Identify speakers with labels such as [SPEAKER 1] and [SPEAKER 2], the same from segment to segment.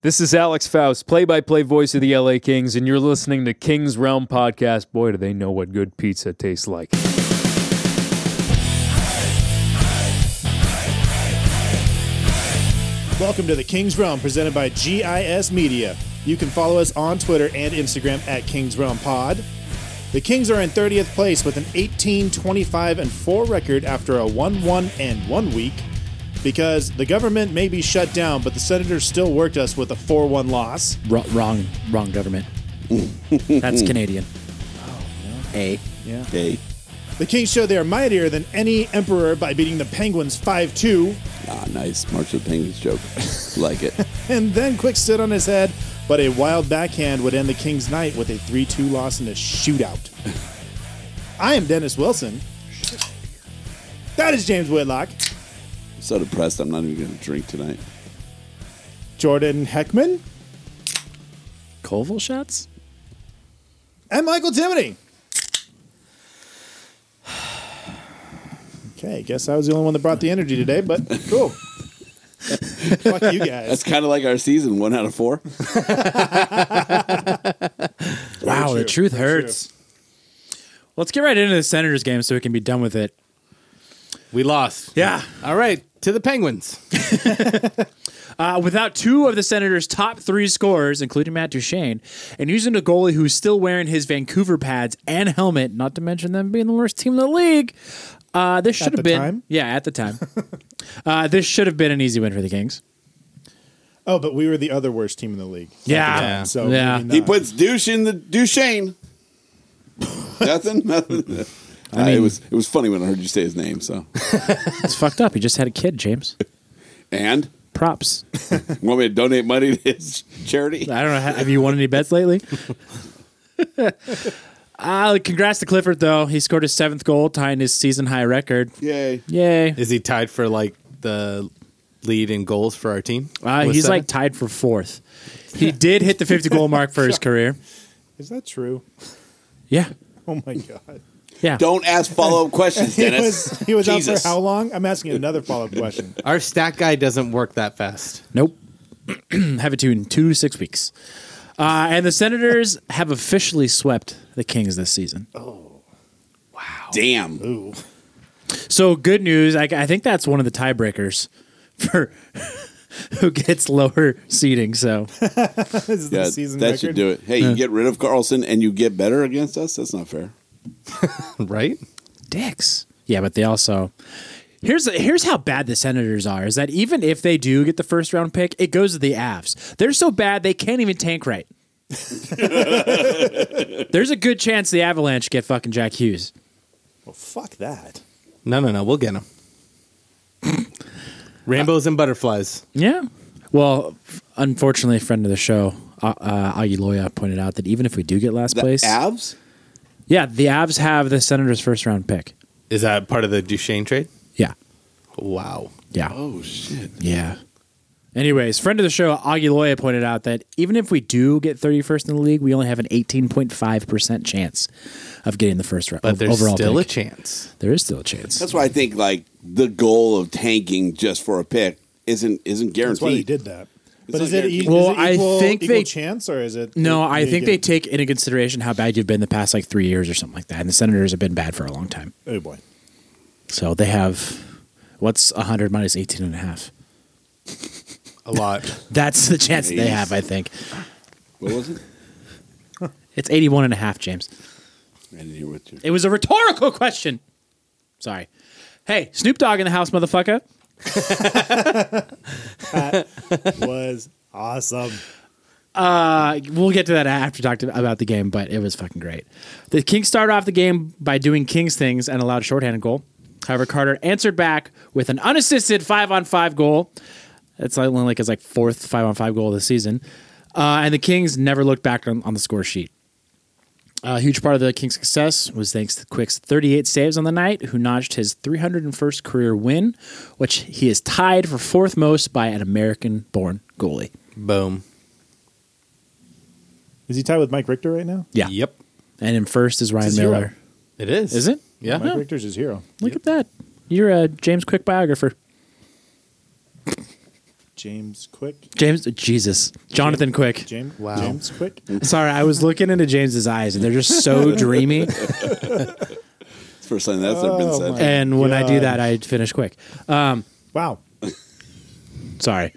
[SPEAKER 1] This is Alex Faust, play by play voice of the LA Kings, and you're listening to Kings Realm Podcast. Boy, do they know what good pizza tastes like.
[SPEAKER 2] Welcome to the King's Realm, presented by GIS Media. You can follow us on Twitter and Instagram at King's Realm Pod. The Kings are in 30th place with an 18, 25, and 4 record after a 1 1 and 1 week because the government may be shut down, but the Senators still worked us with a 4 1 loss.
[SPEAKER 3] Wrong, wrong, wrong government. That's Canadian. A.
[SPEAKER 4] Hey,
[SPEAKER 2] The Kings show they are mightier than any emperor by beating the Penguins 5 2.
[SPEAKER 4] ah, nice March of the Penguins joke. like it.
[SPEAKER 2] and then quick sit on his head. But a wild backhand would end the Kings' night with a 3 2 loss in a shootout. I am Dennis Wilson. That is James Whitlock.
[SPEAKER 4] I'm so depressed. I'm not even going to drink tonight.
[SPEAKER 2] Jordan Heckman.
[SPEAKER 3] Colville shots?
[SPEAKER 2] And Michael Timoney. Okay, guess I was the only one that brought the energy today, but cool. Fuck you
[SPEAKER 4] That's
[SPEAKER 2] guys.
[SPEAKER 4] kind of like our season. One out of four.
[SPEAKER 3] Wow, the truth hurts. Let's get right into the Senators game so we can be done with it.
[SPEAKER 5] We lost.
[SPEAKER 3] Yeah.
[SPEAKER 5] All right, to the Penguins.
[SPEAKER 3] Uh, without two of the Senators' top three scorers, including Matt Duchene, and using a goalie who's still wearing his Vancouver pads and helmet, not to mention them being the worst team in the league, uh, this should
[SPEAKER 2] the
[SPEAKER 3] have been.
[SPEAKER 2] time?
[SPEAKER 3] Yeah, at the time. uh, this should have been an easy win for the Kings.
[SPEAKER 2] Oh, but we were the other worst team in the league.
[SPEAKER 3] Yeah.
[SPEAKER 2] Time, so
[SPEAKER 3] Yeah.
[SPEAKER 2] maybe
[SPEAKER 4] He
[SPEAKER 2] not.
[SPEAKER 4] puts douche in the Duchesne. Nothing. Nothing. Uh, it was it was funny when I heard you say his name. So
[SPEAKER 3] It's fucked up. He just had a kid, James.
[SPEAKER 4] and
[SPEAKER 3] Props.
[SPEAKER 4] want me to donate money to his charity?
[SPEAKER 3] I don't know. Have you won any bets lately? uh, congrats to Clifford, though. He scored his seventh goal, tying his season high record.
[SPEAKER 4] Yay!
[SPEAKER 3] Yay.
[SPEAKER 5] Is he tied for like the lead in goals for our team?
[SPEAKER 3] Uh,
[SPEAKER 5] With
[SPEAKER 3] he's
[SPEAKER 5] seven?
[SPEAKER 3] like tied for fourth. He did hit the 50 goal mark for his career.
[SPEAKER 2] Is that true?
[SPEAKER 3] Yeah.
[SPEAKER 2] Oh my god.
[SPEAKER 3] Yeah.
[SPEAKER 4] Don't ask follow up questions,
[SPEAKER 2] He
[SPEAKER 4] Dennis.
[SPEAKER 2] was he was out
[SPEAKER 4] Jesus.
[SPEAKER 2] for how long? I'm asking another follow up question.
[SPEAKER 5] our stat guy doesn't work that fast.
[SPEAKER 3] Nope. have it to you in two to six weeks. Uh, and the Senators have officially swept the Kings this season.
[SPEAKER 4] Damn.
[SPEAKER 3] So good news. I, I think that's one of the tiebreakers for who gets lower seating. So
[SPEAKER 2] This is the
[SPEAKER 4] Yeah,
[SPEAKER 2] season
[SPEAKER 4] that
[SPEAKER 2] record.
[SPEAKER 4] should do it. Hey, you get rid of Carlson and you get better against us. That's not fair.
[SPEAKER 5] Right?
[SPEAKER 3] dicks. Yeah, but they also here's here's how bad the Senators are. Is that even if they do get the first round pick, it goes to the Avs. They're so bad they can't even tank right. There's a good chance the Avalanche get fucking Jack Hughes.
[SPEAKER 2] Well, fuck that.
[SPEAKER 5] No, no, no. We'll get him. Rainbows and butterflies.
[SPEAKER 3] Yeah. Well, unfortunately, a friend of the show, uh, uh, Aguiloya, pointed out that even if we do get last
[SPEAKER 4] The
[SPEAKER 3] place,
[SPEAKER 4] Avs.
[SPEAKER 3] yeah, the Avs have the Senators' first round pick.
[SPEAKER 5] Is that part of the Duchesne trade?
[SPEAKER 3] Yeah.
[SPEAKER 5] Wow.
[SPEAKER 3] Yeah.
[SPEAKER 4] Oh shit.
[SPEAKER 3] Yeah. Anyways, friend of the show, Aguiloya pointed out that even if we do get 31st in the league, we only have an 18.5% chance of getting the first round.
[SPEAKER 5] But there's
[SPEAKER 3] overall
[SPEAKER 5] still
[SPEAKER 3] pick.
[SPEAKER 5] a chance.
[SPEAKER 3] There is still a chance.
[SPEAKER 4] That's why I think like the goal of tanking just for a pick isn't isn't
[SPEAKER 2] That's why they
[SPEAKER 4] guaranteed.
[SPEAKER 2] did that. But is
[SPEAKER 4] not
[SPEAKER 2] it, e-
[SPEAKER 4] guaranteed.
[SPEAKER 2] well,
[SPEAKER 3] Well, I
[SPEAKER 2] equal,
[SPEAKER 3] think
[SPEAKER 2] equal
[SPEAKER 3] they-
[SPEAKER 2] chance or is it?
[SPEAKER 3] no, I
[SPEAKER 2] you
[SPEAKER 3] think they
[SPEAKER 2] get-
[SPEAKER 3] take into consideration how bad you've been the past like three years or something like that. And the Senators have been bad for a long time.
[SPEAKER 2] Oh boy,
[SPEAKER 3] So they have what's 100 minus 18 and a half?
[SPEAKER 2] a lot.
[SPEAKER 6] That's the chance they
[SPEAKER 4] Jeez.
[SPEAKER 6] have, I think.
[SPEAKER 4] What was it?
[SPEAKER 6] It's 81 and a half, James.
[SPEAKER 4] I didn't hear what you.
[SPEAKER 6] It was a rhetorical question. Sorry. Hey, Snoop Dogg in the house, motherfucker.
[SPEAKER 2] was awesome.
[SPEAKER 6] Uh, we'll get to that after talked about the game, but it was fucking great. The Kings started off the game by doing Kings things and allowed a shorthanded goal. However, Carter answered back with an unassisted five on five goal. That's like- only like his like fourth five on five goal of the season, uh, and the Kings never looked back on, on the score sheet. A huge part of the Kings' success was thanks to Quick's 38 saves on the night, who notched his 301st career win, which he is tied for fourth most by an American-born goalie.
[SPEAKER 3] Boom.
[SPEAKER 2] Is he tied with Mike Richter right now?
[SPEAKER 6] Yeah.
[SPEAKER 3] Yep.
[SPEAKER 6] And in first is Ryan
[SPEAKER 2] It's a zero.
[SPEAKER 6] Miller.
[SPEAKER 3] It is.
[SPEAKER 6] Is it?
[SPEAKER 3] Yeah.
[SPEAKER 2] Mike Richter's his hero.
[SPEAKER 6] Look at that. You're a James Quick biographer.
[SPEAKER 2] James Quick.
[SPEAKER 6] James, Jesus, Jonathan Quick.
[SPEAKER 2] James.
[SPEAKER 3] Wow.
[SPEAKER 2] James Quick.
[SPEAKER 6] Sorry, I was looking into James's eyes, and they're just so dreamy.
[SPEAKER 4] First time that's ever been said.
[SPEAKER 6] And when I do
[SPEAKER 2] God.
[SPEAKER 6] that, I finish quick.
[SPEAKER 3] Um,
[SPEAKER 2] Wow.
[SPEAKER 6] Sorry.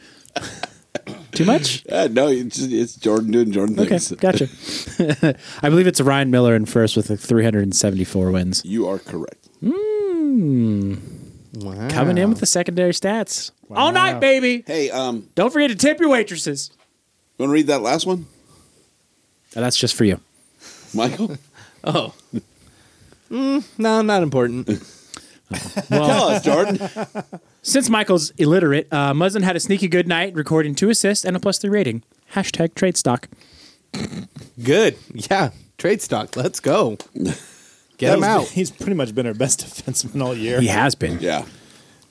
[SPEAKER 6] Too much?
[SPEAKER 4] Uh, no, it's, it's Jordan doing Jordan
[SPEAKER 6] Okay,
[SPEAKER 4] things.
[SPEAKER 6] gotcha. I believe it's Ryan Miller in first with like 374 wins.
[SPEAKER 4] You are correct.
[SPEAKER 3] Wow.
[SPEAKER 6] Coming in with the secondary stats. All night, baby.
[SPEAKER 4] Hey, um,
[SPEAKER 6] Don't forget to tip your waitresses.
[SPEAKER 4] you want to read that last one,
[SPEAKER 6] Oh, that's just for you.
[SPEAKER 4] Michael?
[SPEAKER 3] Oh. Mm, no, not important.
[SPEAKER 4] Tell us, Jordan.
[SPEAKER 6] Since Michael's illiterate, uh, Muzzin had a sneaky good night, recording two assists and a plus three rating. Hashtag trade stock.
[SPEAKER 3] Good. Yeah. Trade stock. Let's go. Get him out.
[SPEAKER 2] He's pretty much been our best defenseman all year.
[SPEAKER 6] He has been.
[SPEAKER 4] Yeah,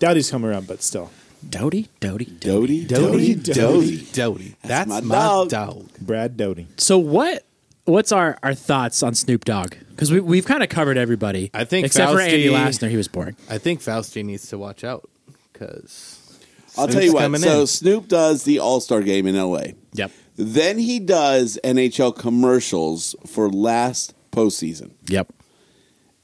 [SPEAKER 2] Doubt he's come around, but still.
[SPEAKER 6] Doty, Doty, Doty.
[SPEAKER 4] Doty,
[SPEAKER 3] Doty,
[SPEAKER 2] Doty.
[SPEAKER 3] Doty, Doty. That's,
[SPEAKER 4] my
[SPEAKER 3] my,
[SPEAKER 4] dog.
[SPEAKER 3] dog.
[SPEAKER 2] Brad Doughty.
[SPEAKER 6] So what? What's our, our thoughts on Snoop Dogg? Because we we've kind of covered everybody.
[SPEAKER 3] I think
[SPEAKER 6] except for Andy
[SPEAKER 3] Fausti-
[SPEAKER 6] Lastner, he was boring.
[SPEAKER 3] I think Fausti needs to watch out because
[SPEAKER 4] I'll tell you what.
[SPEAKER 3] coming
[SPEAKER 4] So
[SPEAKER 3] in.
[SPEAKER 4] Snoop does the All Star Game in L.A.
[SPEAKER 6] Yep.
[SPEAKER 4] Then he does NHL commercials for last postseason,
[SPEAKER 6] Yep.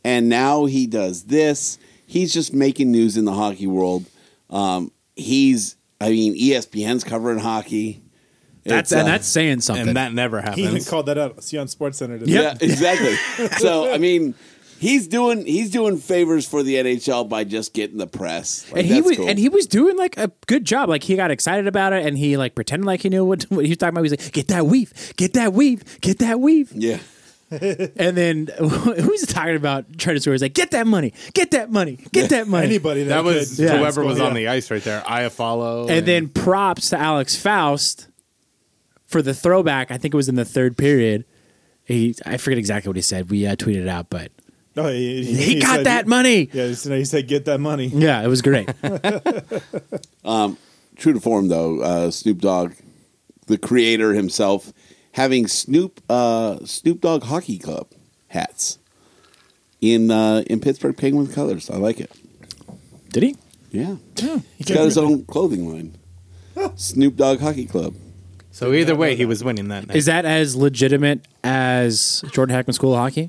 [SPEAKER 4] and now he does this. He's just making news in the hockey world. Um, he's, I mean, E ESPN's covering hockey.
[SPEAKER 6] That's
[SPEAKER 4] It's,
[SPEAKER 6] and
[SPEAKER 4] uh,
[SPEAKER 6] that's saying something.
[SPEAKER 3] and that never
[SPEAKER 2] He even
[SPEAKER 3] happens.
[SPEAKER 2] called that out. See on Sports Center today.
[SPEAKER 4] Yeah, exactly. so I mean, he's doing he's doing favors for the NHL by just getting the press. Like,
[SPEAKER 6] and he
[SPEAKER 4] that's
[SPEAKER 6] was
[SPEAKER 4] cool.
[SPEAKER 6] and he was doing like a good job. Like he got excited about it, and he like pretended like he knew what, what he was talking about. He was like, "Get that weave, get that weave, get that weave."
[SPEAKER 4] yeah.
[SPEAKER 6] And then who's talking about Trent Stewart? He's like, "Get that money, get that money, get that money."
[SPEAKER 2] Anybody that,
[SPEAKER 3] That was
[SPEAKER 2] could-
[SPEAKER 6] Yeah.
[SPEAKER 3] whoever was
[SPEAKER 2] Yeah.
[SPEAKER 3] on the ice right there. I follow.
[SPEAKER 6] And then props to Alex Faust for the throwback. I think it was in the third period. He, I forget exactly what he said. We uh, tweeted it out, but
[SPEAKER 2] No, he, he-
[SPEAKER 6] he,
[SPEAKER 2] he
[SPEAKER 6] got
[SPEAKER 2] said-
[SPEAKER 6] that money. Yeah.
[SPEAKER 2] Yeah, he said, he said, get that money.
[SPEAKER 6] it was great.
[SPEAKER 4] True to form though, uh, Snoop Dogg, the creator himself, having Snoop uh, Snoop Dogg Hockey Club hats in uh, in Pittsburgh Penguin colors. I like it.
[SPEAKER 6] Did he?
[SPEAKER 4] Yeah,
[SPEAKER 6] Hmm,
[SPEAKER 4] he's got his own clothing line, Snoop Dogg Hockey Club.
[SPEAKER 3] so either way, he was winning that night.
[SPEAKER 6] Is that as legitimate as Jordan Hackman School of Hockey?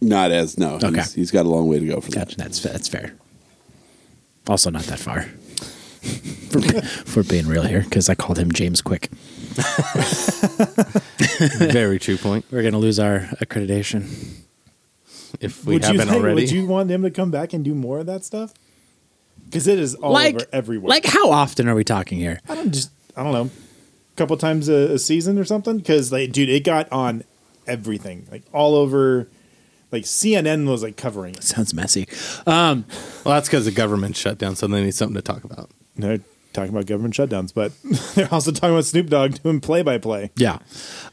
[SPEAKER 4] Not as no,
[SPEAKER 6] Okay.
[SPEAKER 4] he's, he's got a long way to go for that.
[SPEAKER 6] Gotcha. That's that's fair. Also, not that far. for, for being real here, because I called him James Quick.
[SPEAKER 3] very true point?
[SPEAKER 6] We're gonna lose our accreditation.
[SPEAKER 3] If we
[SPEAKER 2] would you
[SPEAKER 3] haven't
[SPEAKER 2] think-
[SPEAKER 3] already,
[SPEAKER 2] Would you want him to come back and do more of that stuff? Because it is all
[SPEAKER 6] like
[SPEAKER 2] over everywhere.
[SPEAKER 6] Like, how often are we talking here?
[SPEAKER 2] I don't just I don't know, a couple times a, a season or something. Because like, dude, it got on everything, like all over. Like CNN was like covering it.
[SPEAKER 6] Sounds messy. Um,
[SPEAKER 3] well, that's because the government shut down, so they need something to talk about.
[SPEAKER 2] They're talking about government shutdowns, but they're also talking about Snoop Dogg doing play by play.
[SPEAKER 6] Yeah.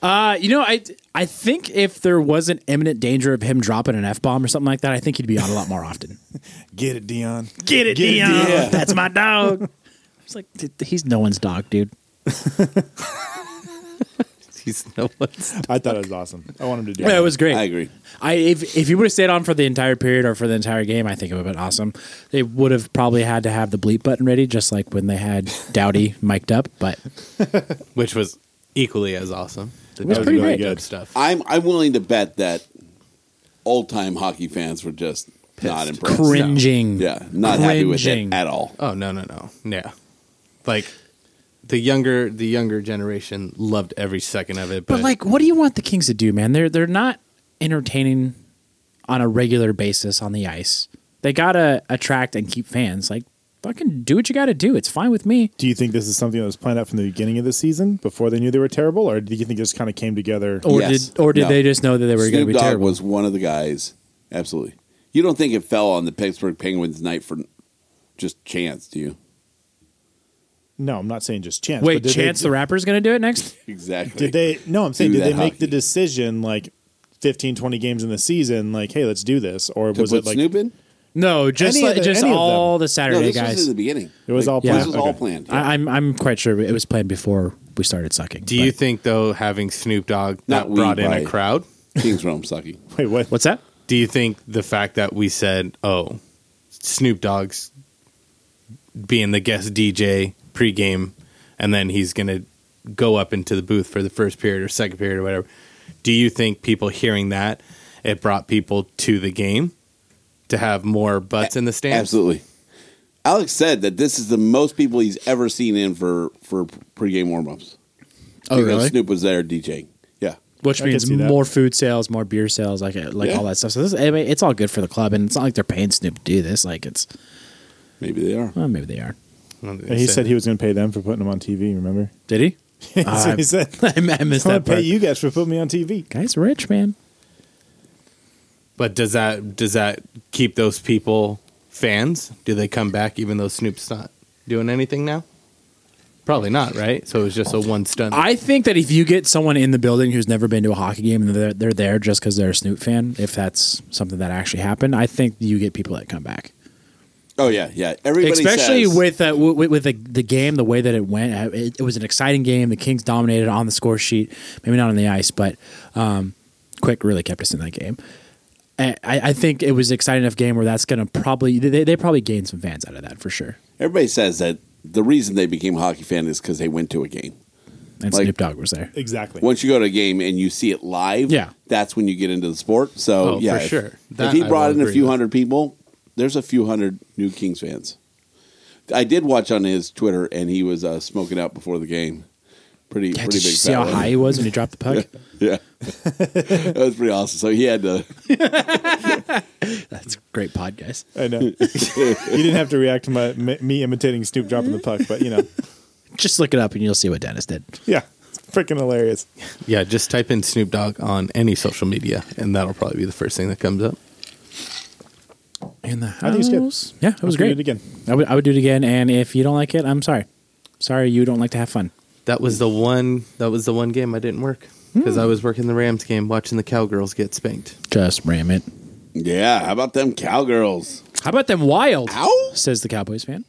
[SPEAKER 6] Uh, you know, I I think if there wasn't imminent danger of him dropping an F bomb or something like that, I think he'd be on a lot more often.
[SPEAKER 2] Get it, Dion.
[SPEAKER 6] Get it,
[SPEAKER 2] Get it,
[SPEAKER 6] Dion.
[SPEAKER 2] Dion.
[SPEAKER 6] That's my dog. It's like "Dude, he's no one's dog, dude.
[SPEAKER 3] He's no one's.
[SPEAKER 2] I thought it was awesome. I want him to do
[SPEAKER 6] Yeah,
[SPEAKER 2] it.
[SPEAKER 6] it was great.
[SPEAKER 4] I agree.
[SPEAKER 6] I if if he would have stayed on for the entire period or for the entire game, I think it would have been awesome. They would have probably had to have the bleep button ready, just like when they had Dowdy mic'd up. But
[SPEAKER 3] Which was equally as awesome. The
[SPEAKER 6] was
[SPEAKER 3] dog
[SPEAKER 6] pretty
[SPEAKER 3] really
[SPEAKER 6] great.
[SPEAKER 3] good stuff.
[SPEAKER 4] I'm I'm willing to bet that old time hockey fans were just not impressed.
[SPEAKER 6] cringing,
[SPEAKER 4] Yeah, not happy with it
[SPEAKER 6] Cringing.
[SPEAKER 4] at all.
[SPEAKER 3] Oh no no no yeah, like the younger the younger generation loved every second of it. But,
[SPEAKER 6] But like, what do you want the Kings to do, man? They're they're not entertaining on a regular basis on the ice. They gotta attract and keep fans. Like, fucking do what you gotta do. It's fine with me.
[SPEAKER 2] Do you think this is something that was planned out from the beginning of the season before they knew they were terrible, or do you think this kind of came together?
[SPEAKER 6] Or
[SPEAKER 4] Yes.
[SPEAKER 6] did or did
[SPEAKER 4] No.
[SPEAKER 6] they just know that they were gonna
[SPEAKER 4] Snoop
[SPEAKER 6] be
[SPEAKER 4] Dogg
[SPEAKER 6] terrible?
[SPEAKER 4] was one of the guys. Absolutely. You don't think it fell on the Pittsburgh Penguins night for just chance, do you?
[SPEAKER 2] No, I'm not saying just chance.
[SPEAKER 6] Wait,
[SPEAKER 2] but did
[SPEAKER 6] Chance
[SPEAKER 2] they,
[SPEAKER 6] the Rapper's gonna do it next?
[SPEAKER 4] Exactly.
[SPEAKER 2] Did they? No, I'm saying
[SPEAKER 4] Do
[SPEAKER 2] did they
[SPEAKER 4] that
[SPEAKER 2] make the
[SPEAKER 4] hockey.
[SPEAKER 2] decision like 15, 20 games in the season? Like, hey, let's do this, or
[SPEAKER 4] To
[SPEAKER 2] was
[SPEAKER 4] put
[SPEAKER 2] it like
[SPEAKER 4] Snoop in?
[SPEAKER 6] No, just
[SPEAKER 2] Any of
[SPEAKER 6] like-
[SPEAKER 2] the-
[SPEAKER 6] just
[SPEAKER 2] any of
[SPEAKER 6] all the
[SPEAKER 4] No,
[SPEAKER 6] Saturday
[SPEAKER 4] this
[SPEAKER 6] guys.
[SPEAKER 4] was in the beginning.
[SPEAKER 2] It was all
[SPEAKER 4] This
[SPEAKER 2] planned.
[SPEAKER 4] was all
[SPEAKER 2] Okay.
[SPEAKER 4] planned.
[SPEAKER 6] I, I'm I'm quite sure it was planned before we started sucking.
[SPEAKER 3] do you
[SPEAKER 6] but-
[SPEAKER 3] think though having Snoop Dogg
[SPEAKER 4] Not
[SPEAKER 3] that brought
[SPEAKER 4] we,
[SPEAKER 3] in a
[SPEAKER 4] right.
[SPEAKER 3] crowd?
[SPEAKER 4] Kings Rome sucky.
[SPEAKER 2] wait, what?
[SPEAKER 6] what's that?
[SPEAKER 3] Do you think the fact that we said, "Oh, Snoop Dogg's being the guest DJ pregame, and then he's going to go up into the booth for the first period or second period or whatever," do you think people hearing that it brought people to the game to have more butts in the stands?
[SPEAKER 4] Absolutely. Alex said that this is the most people he's ever seen in for for pregame warmups.
[SPEAKER 6] Oh
[SPEAKER 4] Because
[SPEAKER 6] really?
[SPEAKER 4] Snoop was there DJing. Yeah.
[SPEAKER 6] Which
[SPEAKER 2] I can
[SPEAKER 6] means
[SPEAKER 2] see that.
[SPEAKER 6] more food sales, more beer sales, like uh, like
[SPEAKER 4] Yeah.
[SPEAKER 6] all that stuff. So this, I mean, it's all good for the club, and it's not like they're paying Snoop to do this. Like it's,
[SPEAKER 4] Maybe they are.
[SPEAKER 6] well, maybe they are.
[SPEAKER 2] And he said he was going to pay them for putting him on TV. Remember?
[SPEAKER 6] Did he? Ah,
[SPEAKER 2] That's what he said.
[SPEAKER 6] I, I missed
[SPEAKER 2] I'm going
[SPEAKER 6] that
[SPEAKER 2] to pay
[SPEAKER 6] part.
[SPEAKER 2] you guys for putting me on TV.
[SPEAKER 6] Guy's rich, man.
[SPEAKER 3] But does that does that keep those people fans? Do they come back even though Snoop's not doing anything now? Probably not, right? So it was just a one stunt.
[SPEAKER 6] I think that if you get someone in the building who's never been to a hockey game and they're, they're there just because they're a Snoop fan, if that's something that actually happened, I think you get people that come back.
[SPEAKER 4] Oh yeah, yeah. Everybody
[SPEAKER 6] Especially
[SPEAKER 4] says-
[SPEAKER 6] with, uh, with with the, the game, the way that it went, uh, it, it was an exciting game. The Kings dominated on the score sheet, maybe not on the ice, but um, Quick really kept us in that game. I, I I think it was an exciting enough game where that's going to probably they, they probably gained some fans out of that for sure.
[SPEAKER 4] everybody says that the reason they became a hockey fan is because they went to a game.
[SPEAKER 6] And
[SPEAKER 4] Like-
[SPEAKER 6] Snoop Dogg was there.
[SPEAKER 2] Exactly.
[SPEAKER 4] Once you go to a game and you see it live,
[SPEAKER 6] Yeah.
[SPEAKER 4] that's when you get into the sport. So
[SPEAKER 3] Oh,
[SPEAKER 4] yeah,
[SPEAKER 3] for
[SPEAKER 4] if-
[SPEAKER 3] sure. That
[SPEAKER 4] if he
[SPEAKER 3] I
[SPEAKER 4] brought
[SPEAKER 3] will
[SPEAKER 4] in a
[SPEAKER 3] agree
[SPEAKER 4] few
[SPEAKER 3] with.
[SPEAKER 4] hundred people, there's a few hundred new Kings fans. I did watch on his Twitter, and he was uh, smoking out before the game. Pretty,
[SPEAKER 6] Yeah, did
[SPEAKER 4] pretty
[SPEAKER 6] you
[SPEAKER 4] big.
[SPEAKER 6] see
[SPEAKER 4] fat
[SPEAKER 6] how
[SPEAKER 4] one.
[SPEAKER 6] high he was when he dropped the puck?
[SPEAKER 4] Yeah, that was pretty awesome. So he had to.
[SPEAKER 6] That's great pod, guys.
[SPEAKER 2] I know. you didn't have to react to my me, me imitating Snoop dropping the puck, but you know,
[SPEAKER 6] Just look it up and you'll see what Dennis did.
[SPEAKER 2] yeah, it's freaking hilarious.
[SPEAKER 3] yeah, just type in Snoop Dogg on any social media, and that'll probably be the first thing that comes up.
[SPEAKER 6] In the house.
[SPEAKER 2] think it's good.
[SPEAKER 6] Yeah, it was
[SPEAKER 2] Let's do
[SPEAKER 6] great.
[SPEAKER 2] it again.
[SPEAKER 6] I would I would do it again. And if you don't like it, I'm sorry. Sorry, you don't like to have fun.
[SPEAKER 3] That was the one. That was the one game I didn't work because I was working the Rams game, watching the Cowgirls get spanked.
[SPEAKER 6] Just ram it.
[SPEAKER 4] Yeah, how about them cowgirls?
[SPEAKER 6] How about them wild?
[SPEAKER 4] Ow!
[SPEAKER 6] Says the Cowboys fan.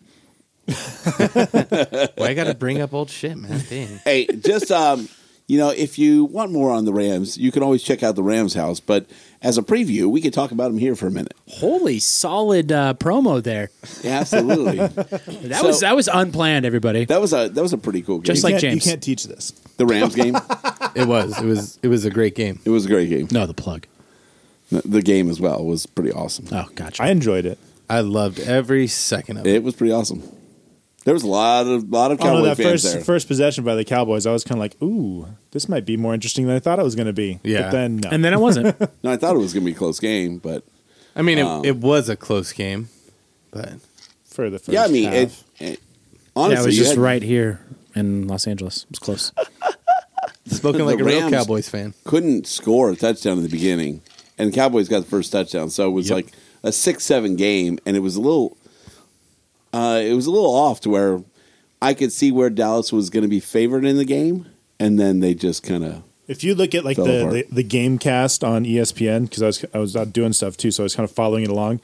[SPEAKER 3] Why I got to bring up old shit, man? Dang.
[SPEAKER 4] hey, just um, you know, if you want more on the Rams, you can always check out the Rams house. But as a preview, we could talk about them here for a minute.
[SPEAKER 6] Holy solid uh, promo there.
[SPEAKER 4] Absolutely,
[SPEAKER 6] That
[SPEAKER 4] So-
[SPEAKER 6] was that was unplanned, everybody.
[SPEAKER 4] that was a that was a pretty cool game.
[SPEAKER 6] Just like
[SPEAKER 2] Can't-
[SPEAKER 6] James.
[SPEAKER 2] you can't teach this.
[SPEAKER 4] the Rams game,
[SPEAKER 3] It was. It was. It was a great game.
[SPEAKER 4] it was a great game.
[SPEAKER 6] no, the plug.
[SPEAKER 4] The- The game as well was pretty awesome.
[SPEAKER 6] Oh, gotcha.
[SPEAKER 2] I enjoyed it.
[SPEAKER 3] I loved every second of it.
[SPEAKER 4] It was pretty awesome. There was a lot of lot of
[SPEAKER 2] Oh, no,
[SPEAKER 4] Cowboy
[SPEAKER 2] that
[SPEAKER 4] fans
[SPEAKER 2] first
[SPEAKER 4] there.
[SPEAKER 2] first possession by the Cowboys, I was kind of like, ooh, this might be more interesting than I thought it was going to be.
[SPEAKER 3] Yeah.
[SPEAKER 2] But then, no.
[SPEAKER 6] and then it wasn't.
[SPEAKER 4] No, I thought it was going to be a close game, but
[SPEAKER 3] I mean, it,
[SPEAKER 4] Um,
[SPEAKER 3] it was a close game, but
[SPEAKER 2] for the first
[SPEAKER 4] yeah, I mean, it,
[SPEAKER 2] half.
[SPEAKER 4] it-
[SPEAKER 6] yeah,
[SPEAKER 4] honestly,
[SPEAKER 6] it was
[SPEAKER 4] you
[SPEAKER 6] just
[SPEAKER 4] had-
[SPEAKER 6] right here in Los Angeles. It was close.
[SPEAKER 3] spoken like
[SPEAKER 4] The
[SPEAKER 3] a real
[SPEAKER 4] Rams-
[SPEAKER 3] Cowboys fan.
[SPEAKER 4] couldn't score a touchdown in the beginning, and the Cowboys got the first touchdown, so it was
[SPEAKER 3] Yep.
[SPEAKER 4] like a six-seven game, and it was a little, uh, it was a little off to where I could see where Dallas was going to be favored in the game, and then they just kind of
[SPEAKER 2] If you look at like the,
[SPEAKER 4] Fell apart.
[SPEAKER 2] the the game cast on E ESPN, because I was I was out doing stuff too, so I was kind of following it along.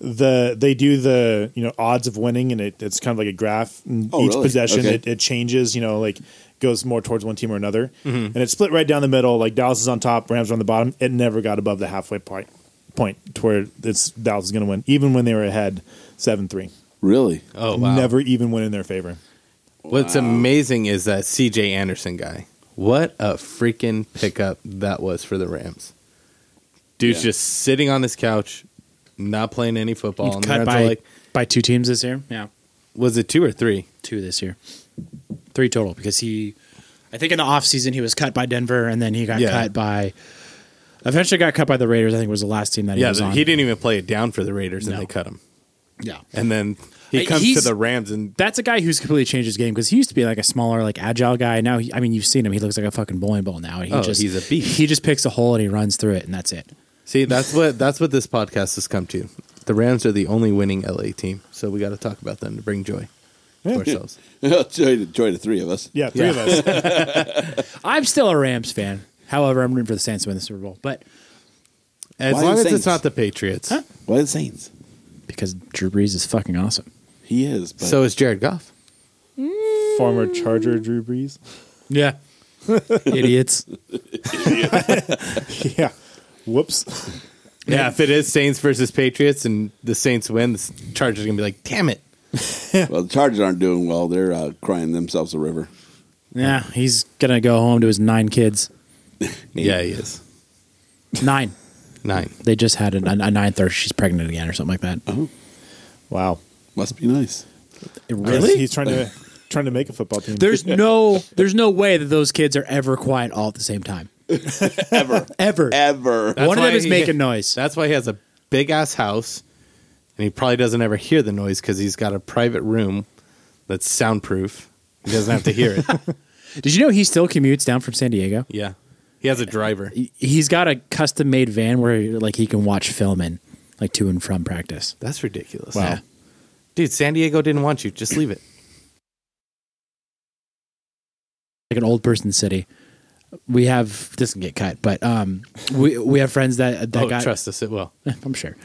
[SPEAKER 2] The they do the you know odds of winning, and it, it's kind of like a graph. And
[SPEAKER 4] Oh,
[SPEAKER 2] each
[SPEAKER 4] really?
[SPEAKER 2] possession,
[SPEAKER 4] Okay.
[SPEAKER 2] it, it changes. You know, like goes more towards one team or another,
[SPEAKER 4] Mm-hmm.
[SPEAKER 2] and it's split right down the middle. Like Dallas is on top, Rams are on the bottom. It never got above the halfway point point to where it's Dallas is going to win, even when they were ahead seven three.
[SPEAKER 4] really
[SPEAKER 3] Oh wow!
[SPEAKER 2] Never even went in their favor.
[SPEAKER 3] What's amazing is that C.J. Anderson guy. What a freaking pickup that was for the Rams. Dude's
[SPEAKER 4] Yeah.
[SPEAKER 3] just sitting on his couch, not playing any football. And the
[SPEAKER 6] Cut
[SPEAKER 3] Rams are
[SPEAKER 6] by
[SPEAKER 3] like,
[SPEAKER 6] by two teams this year. Yeah,
[SPEAKER 3] was it two or three?
[SPEAKER 6] two this year. Three total because he, I think in the offseason, he was cut by Denver and then he got
[SPEAKER 3] Yeah.
[SPEAKER 6] cut by, eventually got cut by the Raiders. I think was the last team that he
[SPEAKER 3] Yeah,
[SPEAKER 6] was on.
[SPEAKER 3] he didn't even play it down for the Raiders, and
[SPEAKER 6] No.
[SPEAKER 3] they cut him.
[SPEAKER 6] Yeah.
[SPEAKER 3] And then
[SPEAKER 6] Hey,
[SPEAKER 3] he comes to
[SPEAKER 6] he's-
[SPEAKER 3] the Rams, and
[SPEAKER 6] That's a guy who's completely changed his game because he used to be like a smaller, like agile guy. Now, he, I mean, you've seen him; he looks like a fucking bowling ball now. And he
[SPEAKER 3] Oh,
[SPEAKER 6] just
[SPEAKER 3] he's a beast.
[SPEAKER 6] He just picks a hole and he runs through it, and that's it.
[SPEAKER 3] see that's what that's what this podcast has come to. The Rams are the only winning LA team, so we got to talk about them to bring joy to ourselves.
[SPEAKER 4] joy, to, joy to three of us.
[SPEAKER 2] Yeah, three of us.
[SPEAKER 6] I'm still a Rams fan. However, I'm rooting for the Saints to win the Super Bowl, but
[SPEAKER 3] As
[SPEAKER 4] Why
[SPEAKER 3] long
[SPEAKER 4] the
[SPEAKER 3] as it's
[SPEAKER 4] Saints?
[SPEAKER 3] not the Patriots,
[SPEAKER 4] Why the Saints?
[SPEAKER 6] because Drew Brees is fucking awesome.
[SPEAKER 4] He is. But
[SPEAKER 3] so is Jared Goff.
[SPEAKER 2] Mm. Former Charger Drew Brees.
[SPEAKER 6] Yeah, idiots.
[SPEAKER 2] Yeah. Whoops.
[SPEAKER 3] Yeah, if it is Saints versus Patriots and the Saints win, the Chargers are gonna be like, "Damn it!"
[SPEAKER 4] well, the Chargers aren't doing well. They're uh, crying themselves a river.
[SPEAKER 6] Yeah, he's gonna go home to his nine kids.
[SPEAKER 3] Yeah, he is
[SPEAKER 6] Nine.
[SPEAKER 3] nine.
[SPEAKER 6] They just had a, a ninth, or she's pregnant again, or something like that.
[SPEAKER 2] Wow.
[SPEAKER 4] Must be nice.
[SPEAKER 2] He's trying to trying to make a football team.
[SPEAKER 6] There's no, there's no way that those kids are ever quiet all at the same time.
[SPEAKER 4] Ever.
[SPEAKER 6] Ever.
[SPEAKER 4] Ever.
[SPEAKER 3] That's
[SPEAKER 6] One of
[SPEAKER 3] why
[SPEAKER 6] them is
[SPEAKER 3] he-
[SPEAKER 6] making noise.
[SPEAKER 3] That's why he has a big ass house, and he probably doesn't ever hear the noise because he's got a private room that's soundproof. He doesn't have to hear it.
[SPEAKER 6] Did you know he still commutes down from San Diego?
[SPEAKER 3] yeah, he has a driver.
[SPEAKER 6] He's got a custom made van where like he can watch film in, like to and from practice.
[SPEAKER 3] That's ridiculous.
[SPEAKER 6] Wow.
[SPEAKER 3] dude, San Diego didn't want you. Just leave it.
[SPEAKER 6] like an old person city. We have this can get cut, but um, we we have friends that that
[SPEAKER 3] oh,
[SPEAKER 6] got.
[SPEAKER 3] trust us, it will.
[SPEAKER 6] I'm sure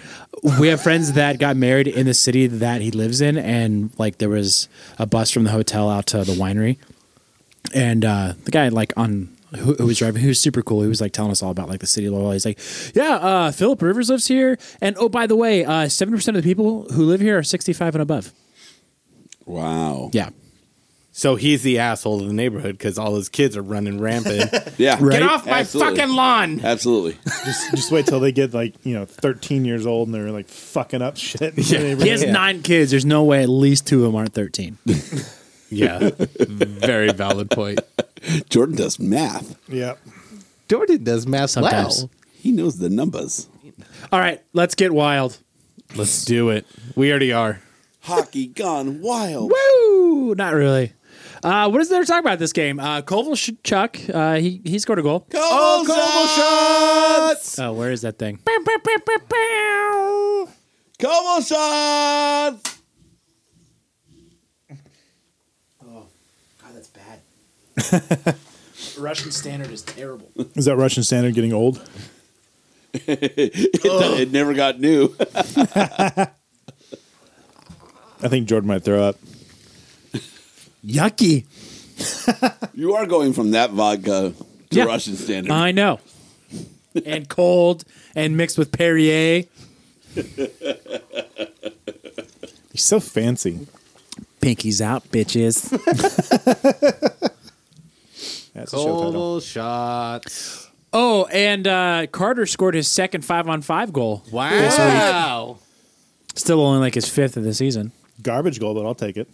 [SPEAKER 6] we have friends that got married in the city that he lives in, and like there was a bus from the hotel out to the winery, and uh, the guy like on. Who, who was driving? He was super cool. He was like telling us all about like the city of Loyola. He's like, "Yeah, uh, Philip Rivers lives here, and oh by the way, seventy percent of the people who live here are sixty-five and above."
[SPEAKER 4] Wow.
[SPEAKER 6] Yeah,
[SPEAKER 3] So he's the asshole of the neighborhood because all his kids are running rampant.
[SPEAKER 4] Yeah.
[SPEAKER 6] Right.
[SPEAKER 3] Get off my
[SPEAKER 4] Absolutely.
[SPEAKER 3] fucking lawn.
[SPEAKER 4] Absolutely.
[SPEAKER 2] just, just wait till they get like, you know, 13 years old and they're like fucking up shit.
[SPEAKER 6] he has nine kids. There's no way at least two of them aren't thirteen.
[SPEAKER 3] Yeah, very valid point.
[SPEAKER 4] Jordan does math.
[SPEAKER 2] Yeah.
[SPEAKER 3] Jordan does math
[SPEAKER 6] Sometimes.
[SPEAKER 3] well.
[SPEAKER 4] He knows the numbers.
[SPEAKER 6] All right, let's get wild.
[SPEAKER 3] Let's do it. We already are.
[SPEAKER 4] Hockey gone wild.
[SPEAKER 6] Woo! Not really. Uh, what is there to talk about this game? Uh, Koval Sh- Chuck, uh, he, he scored a goal.
[SPEAKER 4] Oh, Como shots!
[SPEAKER 6] Oh, where is that thing?
[SPEAKER 4] Como shots!
[SPEAKER 6] Russian standard is terrible.
[SPEAKER 2] Is that Russian standard getting old?
[SPEAKER 4] It, uh, it never got new.
[SPEAKER 2] I think Jordan might throw up.
[SPEAKER 6] Yucky.
[SPEAKER 4] you are going from that vodka to
[SPEAKER 6] Yeah.
[SPEAKER 4] Russian standard.
[SPEAKER 6] I know. and cold and mixed with Perrier.
[SPEAKER 2] He's so fancy.
[SPEAKER 6] Pinkies out, bitches.
[SPEAKER 2] That's the show title.
[SPEAKER 3] shots.
[SPEAKER 6] oh, and uh, Carter scored his second five on five goal.
[SPEAKER 3] Wow.
[SPEAKER 6] Still only like his fifth of the season.
[SPEAKER 2] Garbage goal, but I'll take it.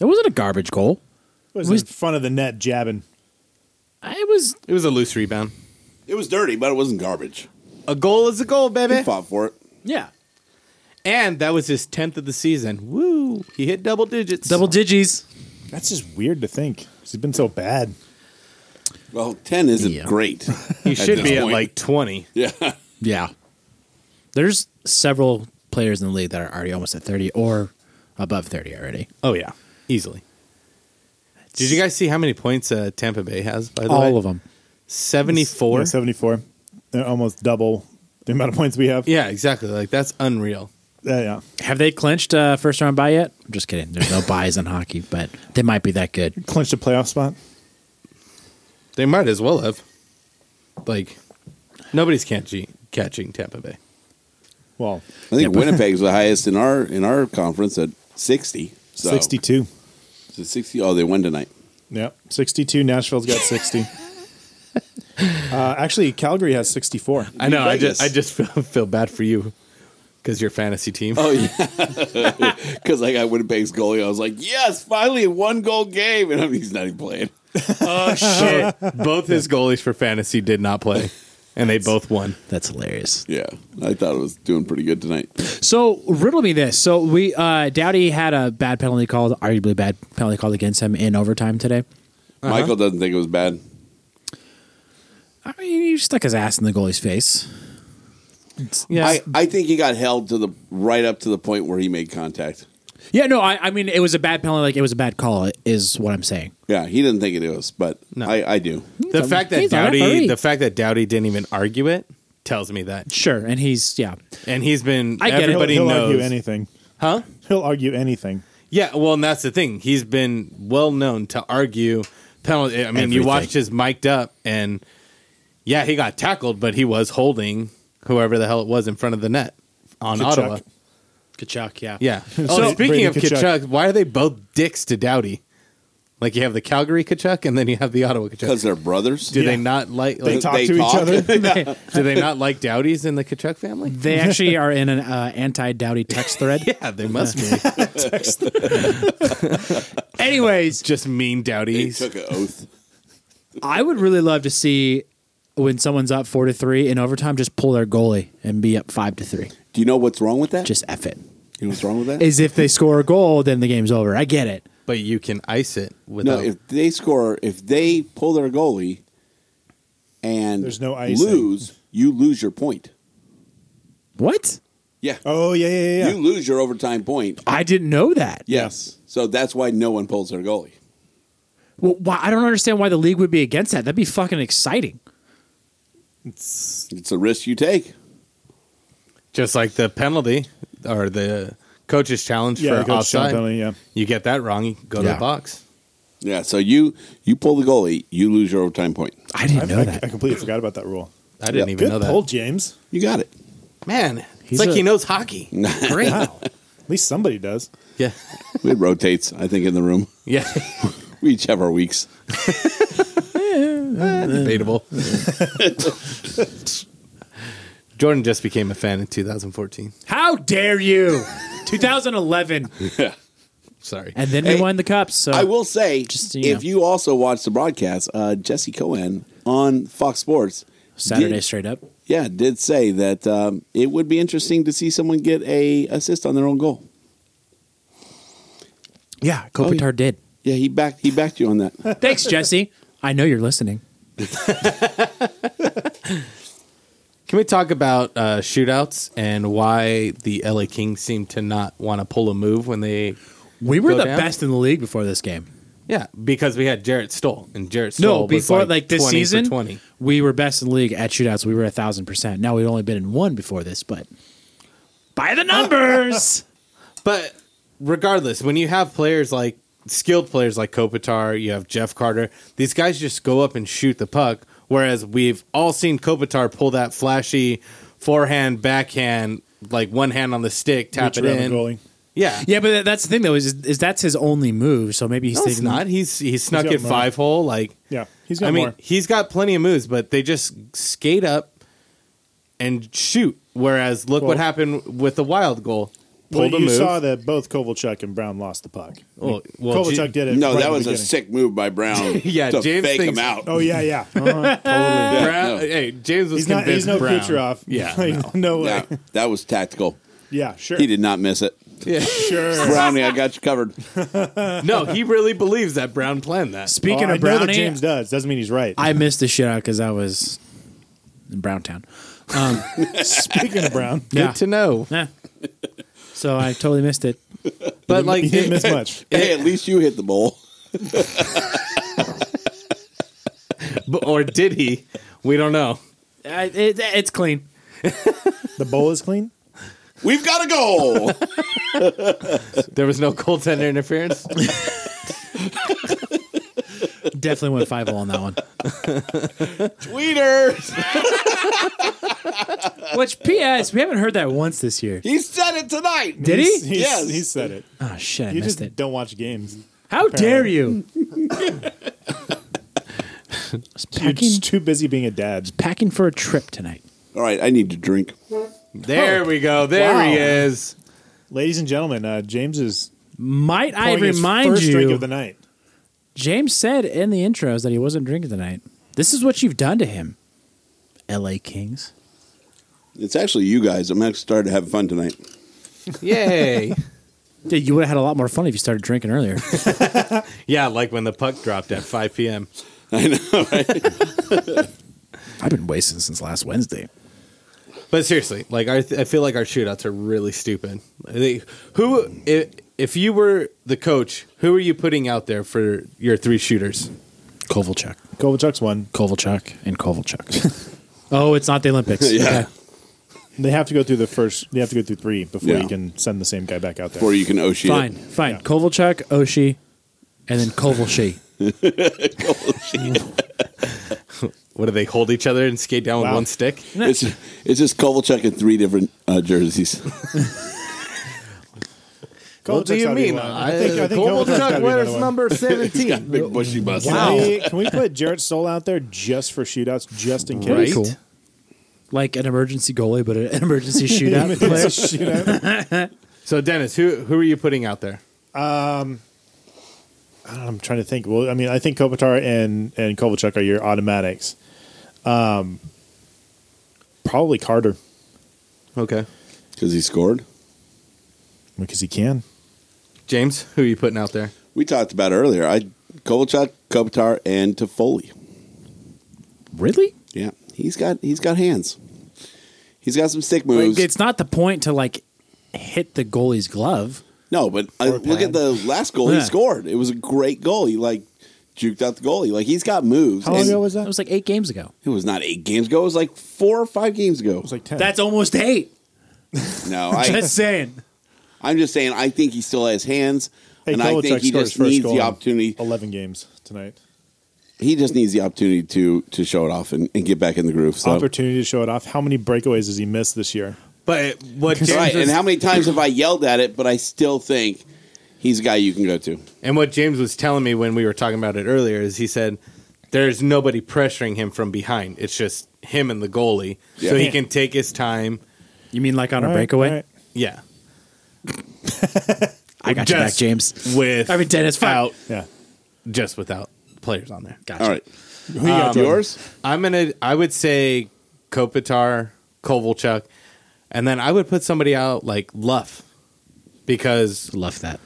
[SPEAKER 6] It wasn't a garbage goal.
[SPEAKER 2] It was,
[SPEAKER 6] Was-
[SPEAKER 2] in front of the net jabbing.
[SPEAKER 6] It was
[SPEAKER 3] It was a loose rebound.
[SPEAKER 4] It was dirty, but it wasn't garbage.
[SPEAKER 3] A goal is a goal,
[SPEAKER 4] He
[SPEAKER 3] baby.
[SPEAKER 4] fought for it.
[SPEAKER 6] yeah,
[SPEAKER 3] And that was his 10th of the season. Woo. He hit double digits.
[SPEAKER 6] double digits.
[SPEAKER 2] That's just weird to think. He's been so bad.
[SPEAKER 4] Well, 10 isn't
[SPEAKER 6] Yeah.
[SPEAKER 4] great.
[SPEAKER 3] He should
[SPEAKER 4] this
[SPEAKER 3] be at
[SPEAKER 4] point.
[SPEAKER 3] like 20.
[SPEAKER 4] yeah.
[SPEAKER 6] Yeah. There's several players in the league that are already almost at 30 or above 30 already.
[SPEAKER 3] Oh, yeah. Easily. Did you guys see how many points uh, Tampa Bay has, by the way?
[SPEAKER 6] All of them.
[SPEAKER 3] 74.
[SPEAKER 2] Yeah, 74. They're almost double the amount of points we have.
[SPEAKER 3] yeah, exactly. Like, that's unreal.
[SPEAKER 2] Uh, yeah.
[SPEAKER 6] Have they clinched uh, first round bye yet? I'm just kidding. There's no buys in hockey, but they might be that good.
[SPEAKER 2] Clinched a playoff spot.
[SPEAKER 3] They might as well have. Like, nobody's catching, catching Tampa Bay.
[SPEAKER 2] Well,
[SPEAKER 4] I think Winnipeg's the highest in our in our conference at 60. So
[SPEAKER 2] 62.
[SPEAKER 4] Is it 60? Oh, they won tonight.
[SPEAKER 2] Yeah. 62. Nashville's got 60. uh, actually, Calgary has 64.
[SPEAKER 3] I know. I
[SPEAKER 4] Vegas.
[SPEAKER 3] just, I just feel, feel bad for you.
[SPEAKER 2] because your fantasy team.
[SPEAKER 4] Oh yeah, because I got Winnipeg's goalie. I was like, yes, finally a one goal game, and I'm, he's not even playing.
[SPEAKER 2] Oh, shit! both his goalies for fantasy did not play, and they both won.
[SPEAKER 6] That's hilarious.
[SPEAKER 4] Yeah, I thought it was doing pretty good tonight.
[SPEAKER 6] So riddle me this. So we uh Dowdy had a bad penalty called, arguably bad penalty called against him in overtime today.
[SPEAKER 4] Michael doesn't think it was bad.
[SPEAKER 6] I mean, he stuck his ass in the goalie's face.
[SPEAKER 2] Yeah,
[SPEAKER 4] I, I think he got held to the right up to the point where he made contact.
[SPEAKER 6] Yeah, no, I, I mean it was a bad penalty. Like it was a bad call, is what I'm saying.
[SPEAKER 4] Yeah, he didn't think it was, but I, I do.
[SPEAKER 2] the fact that
[SPEAKER 6] he's a
[SPEAKER 2] Dowdy,
[SPEAKER 6] referee.
[SPEAKER 2] the fact that Dowdy didn't even argue it tells me that,
[SPEAKER 6] Sure, and he's yeah.
[SPEAKER 2] and he's been
[SPEAKER 6] I get it.
[SPEAKER 2] everybody
[SPEAKER 3] he'll, he'll
[SPEAKER 2] knows,
[SPEAKER 3] argue anything.
[SPEAKER 2] huh?
[SPEAKER 3] He'll argue anything.
[SPEAKER 2] Yeah, well, and that's the thing. He's been well known to argue penalty. I mean, you
[SPEAKER 6] Everything.
[SPEAKER 2] watched his mic'd up, and yeah, he got tackled, but he was holding whoever the hell it was in front of the net on
[SPEAKER 3] Kachuk.
[SPEAKER 2] Ottawa.
[SPEAKER 6] Kachuk, yeah,
[SPEAKER 2] Yeah.
[SPEAKER 3] So-
[SPEAKER 2] oh, speaking
[SPEAKER 3] Brady
[SPEAKER 2] of Kachuk.
[SPEAKER 3] Tkachuk.
[SPEAKER 2] why are they both dicks to Dowdy? Like you have the Calgary Kachuk, and then you have the Ottawa
[SPEAKER 4] Because
[SPEAKER 2] Kachuk.
[SPEAKER 4] they're brothers.
[SPEAKER 2] Do
[SPEAKER 3] Yeah.
[SPEAKER 2] they not like?
[SPEAKER 4] They
[SPEAKER 2] like,
[SPEAKER 3] talk
[SPEAKER 4] they
[SPEAKER 3] to
[SPEAKER 4] talk?
[SPEAKER 3] each other.
[SPEAKER 2] do they not like Dowdies in the Kachuk family?
[SPEAKER 6] They actually are in an uh, anti-Dowdy text thread.
[SPEAKER 2] Yeah, they must be.
[SPEAKER 6] Anyways,
[SPEAKER 2] Just mean
[SPEAKER 4] He
[SPEAKER 2] Dowdies.
[SPEAKER 4] took an oath.
[SPEAKER 6] I would really love to see when someone's up four to three in overtime, just pull their goalie and be up five to three.
[SPEAKER 4] Do you know what's wrong with that?
[SPEAKER 6] Just F it.
[SPEAKER 4] you know what's wrong with that?
[SPEAKER 6] Is if they score a goal, then the game's over. I get it.
[SPEAKER 2] But you can ice it
[SPEAKER 4] no,
[SPEAKER 2] without.
[SPEAKER 4] if they score, if they pull their goalie and
[SPEAKER 3] There's no icing.
[SPEAKER 4] lose, you lose your point.
[SPEAKER 6] What?
[SPEAKER 4] Yeah.
[SPEAKER 3] Oh yeah, yeah, yeah.
[SPEAKER 4] You lose your overtime point.
[SPEAKER 6] I didn't know that.
[SPEAKER 4] Yes. So that's why no one pulls their goalie.
[SPEAKER 6] Well, why, I don't understand why the league would be against that. That'd be fucking exciting.
[SPEAKER 4] It's a risk you take.
[SPEAKER 2] just like the penalty or the coach's challenge
[SPEAKER 3] yeah,
[SPEAKER 2] for
[SPEAKER 3] Coach Sean
[SPEAKER 2] offside.
[SPEAKER 3] Penny, yeah.
[SPEAKER 2] You get that wrong, you go to
[SPEAKER 6] Yeah.
[SPEAKER 2] the box.
[SPEAKER 4] Yeah. So you you pull the goalie, you lose your overtime point.
[SPEAKER 6] I didn't
[SPEAKER 3] I,
[SPEAKER 6] know
[SPEAKER 3] I,
[SPEAKER 6] that.
[SPEAKER 3] I completely forgot about that rule.
[SPEAKER 2] I didn't
[SPEAKER 4] Yeah.
[SPEAKER 2] even
[SPEAKER 3] Good
[SPEAKER 2] know that.
[SPEAKER 3] pull, James.
[SPEAKER 4] You got it.
[SPEAKER 2] Man,
[SPEAKER 6] He's
[SPEAKER 2] it's like
[SPEAKER 6] a-
[SPEAKER 2] he knows hockey.
[SPEAKER 6] Great.
[SPEAKER 3] At least somebody does.
[SPEAKER 2] Yeah,
[SPEAKER 4] It rotates, I think, in the room.
[SPEAKER 2] yeah,
[SPEAKER 4] We each have our weeks.
[SPEAKER 2] debatable. Jordan just became a fan in 2014.
[SPEAKER 6] How dare you? 2011.
[SPEAKER 2] Sorry,
[SPEAKER 6] And then
[SPEAKER 4] Hey,
[SPEAKER 6] we won the cup. So
[SPEAKER 4] I will say,
[SPEAKER 6] Just so you
[SPEAKER 4] if
[SPEAKER 6] know.
[SPEAKER 4] you also watch the broadcast, uh, Jesse Cohen on Fox Sports
[SPEAKER 6] Saturday
[SPEAKER 4] did-
[SPEAKER 6] straight up.
[SPEAKER 4] yeah, did say that um, it would be interesting to see someone get a assist on their own goal.
[SPEAKER 6] Yeah, Kopitar did.
[SPEAKER 4] Yeah, he backed he backed you on that.
[SPEAKER 6] Thanks, Jesse. I know you're listening.
[SPEAKER 2] can we talk about uh, shootouts and why the LA Kings seem to not want to pull a move when they?
[SPEAKER 6] We were
[SPEAKER 2] Go
[SPEAKER 6] the
[SPEAKER 2] down?
[SPEAKER 6] best in the league before this game.
[SPEAKER 2] Yeah, because we had Jarrett Stoll and Jarrett Stoll.
[SPEAKER 6] No,
[SPEAKER 2] was
[SPEAKER 6] before like, this
[SPEAKER 2] 20 for
[SPEAKER 6] season,
[SPEAKER 2] 20.
[SPEAKER 6] we were best in the league at shootouts. We were a thousand percent. Now we've only been in one before this, but by the numbers,
[SPEAKER 2] But regardless, when you have players like skilled players like Kopitar, you have Jeff Carter, these guys just go up and shoot the puck. Whereas we've all seen Kopitar pull that flashy forehand, backhand, like one hand on the stick, tap
[SPEAKER 3] Reach
[SPEAKER 2] it
[SPEAKER 3] around the
[SPEAKER 2] in.
[SPEAKER 3] goalie.
[SPEAKER 2] Yeah.
[SPEAKER 6] yeah. But that- that's the thing though is, is that's his only move. So maybe he's
[SPEAKER 2] No, it's
[SPEAKER 6] thinking
[SPEAKER 2] not. He's he snuck
[SPEAKER 3] got
[SPEAKER 2] it
[SPEAKER 3] more.
[SPEAKER 2] five hole. Like
[SPEAKER 3] Yeah, he's got
[SPEAKER 2] I mean,
[SPEAKER 3] more.
[SPEAKER 2] he's got plenty of moves, but they just skate up and shoot. Whereas look what
[SPEAKER 3] Well-
[SPEAKER 2] happened with the wild goal.
[SPEAKER 3] Well,
[SPEAKER 2] Pulled a
[SPEAKER 3] you
[SPEAKER 2] move.
[SPEAKER 3] saw that both Kovalchuk and Brown lost the puck.
[SPEAKER 2] well, well,
[SPEAKER 3] Kovalchuk
[SPEAKER 2] G-
[SPEAKER 3] did it.
[SPEAKER 4] No,
[SPEAKER 3] right at
[SPEAKER 4] that
[SPEAKER 3] the
[SPEAKER 4] was a
[SPEAKER 3] beginning.
[SPEAKER 4] sick move by Brown.
[SPEAKER 2] Yeah,
[SPEAKER 4] to
[SPEAKER 2] James
[SPEAKER 4] fake
[SPEAKER 2] thinks-
[SPEAKER 4] him out.
[SPEAKER 3] Oh yeah, yeah. Uh-huh. totally.
[SPEAKER 4] Yeah,
[SPEAKER 2] Brown,
[SPEAKER 4] no.
[SPEAKER 2] Hey, James was
[SPEAKER 3] He's not. He's
[SPEAKER 2] convinced
[SPEAKER 3] no
[SPEAKER 2] Brown.
[SPEAKER 3] Kucherov.
[SPEAKER 2] Yeah,
[SPEAKER 3] Like, no. way.
[SPEAKER 4] Yeah, that was tactical.
[SPEAKER 3] Yeah, sure.
[SPEAKER 4] He did not miss it.
[SPEAKER 3] Sure.
[SPEAKER 4] Brownie, I got you covered.
[SPEAKER 2] no, he really believes that Brown planned that.
[SPEAKER 6] Speaking
[SPEAKER 3] Oh,
[SPEAKER 6] of
[SPEAKER 3] I know
[SPEAKER 6] brownie,
[SPEAKER 3] that James does doesn't mean he's right.
[SPEAKER 6] I missed the shit out because I was in Browntown.
[SPEAKER 3] Speaking of Brown,
[SPEAKER 6] Yeah.
[SPEAKER 2] Good to know.
[SPEAKER 6] Yeah. So I totally missed it.
[SPEAKER 2] But like,
[SPEAKER 3] he didn't miss much.
[SPEAKER 4] hey, at least you hit the bowl.
[SPEAKER 2] but- or did he? We don't know.
[SPEAKER 6] I, it it's clean.
[SPEAKER 3] The bowl is clean.
[SPEAKER 4] We've got a goal.
[SPEAKER 2] There was no goaltender interference.
[SPEAKER 6] Definitely went five hole on that one.
[SPEAKER 4] Tweeters.
[SPEAKER 6] Which P.S. We haven't heard that once this year.
[SPEAKER 4] He said it tonight.
[SPEAKER 6] Did he?
[SPEAKER 3] He's,
[SPEAKER 4] Yes.
[SPEAKER 3] he said it.
[SPEAKER 6] Oh shit! I
[SPEAKER 3] You
[SPEAKER 6] missed
[SPEAKER 3] just
[SPEAKER 6] it.
[SPEAKER 3] don't watch games.
[SPEAKER 6] How dare you? I was
[SPEAKER 3] You're
[SPEAKER 6] packing,
[SPEAKER 3] just too busy being a dad.
[SPEAKER 6] packing for a trip tonight.
[SPEAKER 4] All right, I need to drink.
[SPEAKER 3] There we go. There he is.
[SPEAKER 2] Ladies and gentlemen, uh, James is
[SPEAKER 6] Might I
[SPEAKER 2] pouring his
[SPEAKER 6] remind
[SPEAKER 2] first drink
[SPEAKER 6] you,
[SPEAKER 2] of the night.
[SPEAKER 6] James said in the intros that he wasn't drinking tonight. This is what you've done to him, L.A. Kings.
[SPEAKER 4] It's actually you guys. I'm actually starting to have fun tonight.
[SPEAKER 3] Yay.
[SPEAKER 6] Yeah, you would have had a lot more fun if you started drinking earlier.
[SPEAKER 3] yeah, like when the puck dropped at 5 p.m.
[SPEAKER 4] I know. Right?
[SPEAKER 6] I've been wasting since last Wednesday.
[SPEAKER 3] But seriously, like I, I feel like our shootouts are really stupid. They, who, if, if you were the coach, who are you putting out there for your three shooters?
[SPEAKER 6] Kovalchuk,
[SPEAKER 2] Kovalchuk's one.
[SPEAKER 6] Kovalchuk, and Kovalchuk. oh, it's not the Olympics.
[SPEAKER 4] Yeah.
[SPEAKER 2] They have to go through the first. They have to go through three before
[SPEAKER 4] Yeah.
[SPEAKER 2] you can send the same guy back out there.
[SPEAKER 4] Before you can oh shit.
[SPEAKER 6] Fine, fine. Kovalchuk, Oshi, and then Kovalshi.
[SPEAKER 3] What do they hold each other and skate down with
[SPEAKER 2] Wow.
[SPEAKER 3] one stick?
[SPEAKER 4] It's it's just Kovalchuk in three different uh, jerseys.
[SPEAKER 3] What do
[SPEAKER 2] Kovalchuk's
[SPEAKER 3] you
[SPEAKER 2] gotta be
[SPEAKER 3] mean?
[SPEAKER 2] one. I think I think
[SPEAKER 3] Kovalchuk
[SPEAKER 2] Kovalchuk's gotta be
[SPEAKER 3] wears
[SPEAKER 2] another one.
[SPEAKER 3] number
[SPEAKER 4] He's got a
[SPEAKER 3] 17.
[SPEAKER 4] big bushy bust.
[SPEAKER 2] Can we- can we put Jarrett Stoll out there just for shootouts, just in case?
[SPEAKER 3] Right?
[SPEAKER 6] Cool. Like an emergency goalie, but an emergency shootout player.
[SPEAKER 2] It's a shootout.
[SPEAKER 3] So Dennis, who who are you putting out there?
[SPEAKER 2] I'm trying to think. Well, I mean, I think Kopitar and and Kovalchuk are your automatics. Um, probably Carter
[SPEAKER 3] Okay.
[SPEAKER 4] Because he scored.
[SPEAKER 2] because he can.
[SPEAKER 3] James, who are you putting out there?
[SPEAKER 4] We talked about earlier. I Kovalchuk, Kopitar, and Toffoli.
[SPEAKER 6] Really?
[SPEAKER 4] Yeah, he's got he's got hands. He's got some stick
[SPEAKER 6] Like,
[SPEAKER 4] moves.
[SPEAKER 6] it's not the point to like hit the goalie's glove.
[SPEAKER 4] no, but I, look at the last goal
[SPEAKER 6] Yeah.
[SPEAKER 4] he scored. It was a great goal. He like juked out the goalie. Like he's got moves.
[SPEAKER 2] How long
[SPEAKER 4] And
[SPEAKER 2] ago was
[SPEAKER 6] That
[SPEAKER 2] that? It
[SPEAKER 6] was like eight games ago.
[SPEAKER 4] It was not eight games ago. It was like four or five games ago.
[SPEAKER 2] was like ten.
[SPEAKER 6] That's almost eight.
[SPEAKER 4] No, I,
[SPEAKER 6] Just saying.
[SPEAKER 4] I'm just saying. I think he still has hands,
[SPEAKER 2] Hey,
[SPEAKER 4] and I
[SPEAKER 2] Kovalchuk
[SPEAKER 4] think he
[SPEAKER 2] scored his
[SPEAKER 4] just
[SPEAKER 2] first
[SPEAKER 4] needs
[SPEAKER 2] goal
[SPEAKER 4] the
[SPEAKER 2] in
[SPEAKER 4] opportunity.
[SPEAKER 2] Eleven games tonight.
[SPEAKER 4] He just needs the opportunity to to show it off and, and get back in the groove. So.
[SPEAKER 2] Opportunity to show it off. How many breakaways has he missed this year?
[SPEAKER 3] But what James
[SPEAKER 4] right,
[SPEAKER 3] was,
[SPEAKER 4] and how many times have I yelled at it? But I still think he's a guy you can go to.
[SPEAKER 3] and what James was telling me when we were talking about it earlier is he said there's nobody pressuring him from behind. It's just him and the goalie, so he
[SPEAKER 4] Yeah.
[SPEAKER 3] can take his time.
[SPEAKER 6] You mean like on a
[SPEAKER 2] All right,
[SPEAKER 6] breakaway?
[SPEAKER 2] all right.
[SPEAKER 3] Yeah,
[SPEAKER 6] I got you back,
[SPEAKER 3] Just
[SPEAKER 6] James.
[SPEAKER 3] with
[SPEAKER 6] I mean, Dennis, fuck.
[SPEAKER 3] out
[SPEAKER 2] Yeah.
[SPEAKER 3] just without players on there.
[SPEAKER 6] Gotcha.
[SPEAKER 4] All right, Um,
[SPEAKER 2] Who you got, Jordan?
[SPEAKER 4] yours.
[SPEAKER 3] um, I'm gonna. I would say Kopitar, Kovalchuk, and then I would put somebody out like Luff because
[SPEAKER 6] Love that.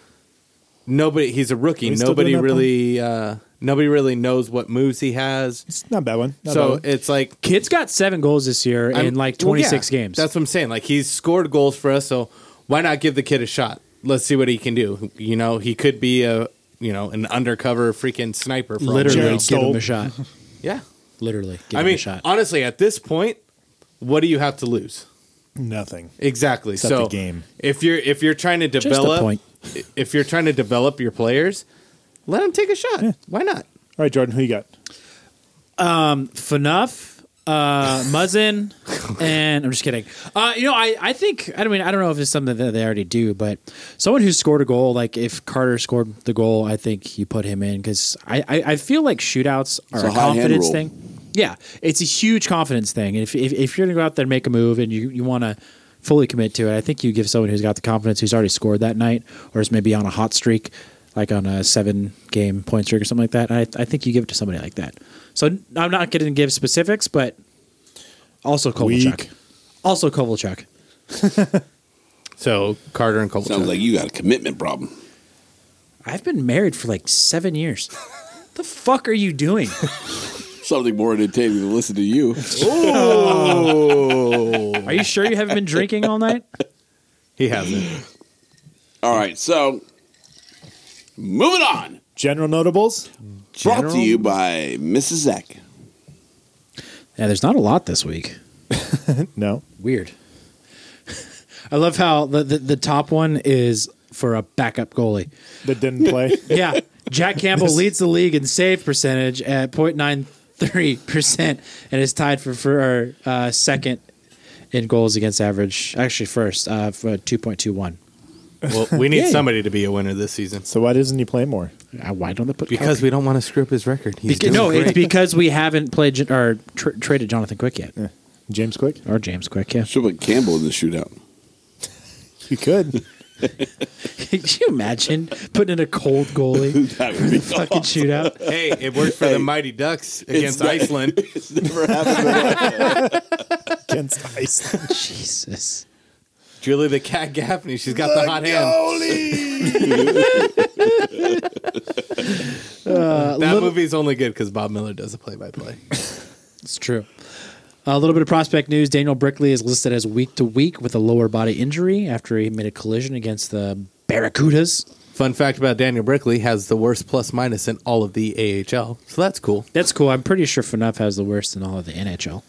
[SPEAKER 3] nobody he's a rookie
[SPEAKER 2] Are we still
[SPEAKER 3] nobody
[SPEAKER 2] doing that
[SPEAKER 3] really uh nobody really knows what moves he has
[SPEAKER 2] It's not a bad one. Not a
[SPEAKER 3] so
[SPEAKER 2] bad one.
[SPEAKER 3] it's like
[SPEAKER 6] Kid's got seven goals this year
[SPEAKER 3] I'm-
[SPEAKER 6] in like
[SPEAKER 3] well, yeah,
[SPEAKER 6] 26 games.
[SPEAKER 3] that's what i'm saying like he's scored goals for us so why not give the kid a shot let's see what he can do you know he could be a you know an undercover freaking sniper for all we
[SPEAKER 6] literally
[SPEAKER 3] know.
[SPEAKER 6] give
[SPEAKER 2] Jared Stoll.
[SPEAKER 6] him a shot.
[SPEAKER 3] yeah
[SPEAKER 6] Literally give
[SPEAKER 3] i
[SPEAKER 6] him
[SPEAKER 3] mean
[SPEAKER 6] a shot.
[SPEAKER 3] honestly at this point what do you have to lose
[SPEAKER 2] nothing.
[SPEAKER 3] Exactly.
[SPEAKER 2] Except
[SPEAKER 3] so
[SPEAKER 2] the game.
[SPEAKER 3] if you're if you're trying to
[SPEAKER 6] a
[SPEAKER 3] develop
[SPEAKER 6] point.
[SPEAKER 3] if you're trying to develop your players, let them take a shot. Why not?
[SPEAKER 2] All right, Jordan, who you got?
[SPEAKER 6] FNUF, uh, Muzzin, and I'm just kidding. Uh, you know, I, I think I mean I don't know if it's something that they already do, but someone who scored a goal, like if Carter scored the goal, I think you put him in because I, I I feel like shootouts are
[SPEAKER 4] It's
[SPEAKER 6] a,
[SPEAKER 4] a high hand
[SPEAKER 6] confidence
[SPEAKER 4] rule.
[SPEAKER 6] thing. Yeah, it's a huge confidence thing. And if if, if you're gonna go out there and make a move and you you want to fully commit to it, I think you give someone who's got the confidence who's already scored that night or is maybe on a hot streak. Like on a seven game point streak or something like that. I, I think you give it to somebody like that. So n- I'm not going to give specifics, but also Kovalchuk.
[SPEAKER 2] Weak.
[SPEAKER 6] Also Kovalchuk.
[SPEAKER 3] So Carter and Kovalchuk.
[SPEAKER 4] Sounds like you got a commitment problem.
[SPEAKER 6] I've been married for like seven years. the fuck are you doing?
[SPEAKER 4] Something more entertaining than listen to you.
[SPEAKER 6] Are you sure you haven't been drinking all night?
[SPEAKER 3] he hasn't.
[SPEAKER 4] All right, so moving on.
[SPEAKER 2] General notables.
[SPEAKER 4] Brought to you by Mrs. Zach.
[SPEAKER 6] Yeah, there's not a lot this week.
[SPEAKER 2] No.
[SPEAKER 6] Weird. I love how the, the, the top one is for a backup goalie.
[SPEAKER 2] That didn't play.
[SPEAKER 6] Yeah. Jack Campbell leads the league in save percentage at 0.93% and is tied for, for uh, second in goals against average. Actually, first, uh, for 2.21.
[SPEAKER 3] Well, we need
[SPEAKER 6] Yay.
[SPEAKER 3] somebody to be a winner this season
[SPEAKER 2] so why doesn't he play more?
[SPEAKER 6] Uh, Why don't they put
[SPEAKER 3] because we don't want to screw up his record. He's
[SPEAKER 6] Beca-
[SPEAKER 3] doing
[SPEAKER 6] no,
[SPEAKER 3] great.
[SPEAKER 6] it's because we haven't played J- or tr- traded Jonathan Quick yet.
[SPEAKER 2] James Quick?
[SPEAKER 6] Or James Quick, yeah.
[SPEAKER 4] Should put Campbell in the shootout.
[SPEAKER 2] You could.
[SPEAKER 6] Could you imagine putting in a cold goalie
[SPEAKER 4] That would be
[SPEAKER 6] fucking shootout?
[SPEAKER 3] Hey, it worked for the Mighty Ducks against
[SPEAKER 4] not-
[SPEAKER 3] Iceland.
[SPEAKER 4] it's never happened.
[SPEAKER 2] Against Iceland.
[SPEAKER 6] Jesus.
[SPEAKER 3] Julie the Cat Gaffney, she's got the, hot hand.
[SPEAKER 2] Uh,
[SPEAKER 3] That movie's only good because Bob Miller does a play-by-play.
[SPEAKER 6] It's true. A little bit of prospect news. Daniel Brickley is listed as week to week with a lower body injury after he made a collision against the Barracudas.
[SPEAKER 3] Fun fact about Daniel Brickley has the worst plus-minus in all of the AHL, so that's cool.
[SPEAKER 6] That's cool. I'm pretty sure FNUF has the worst in all of the NHL.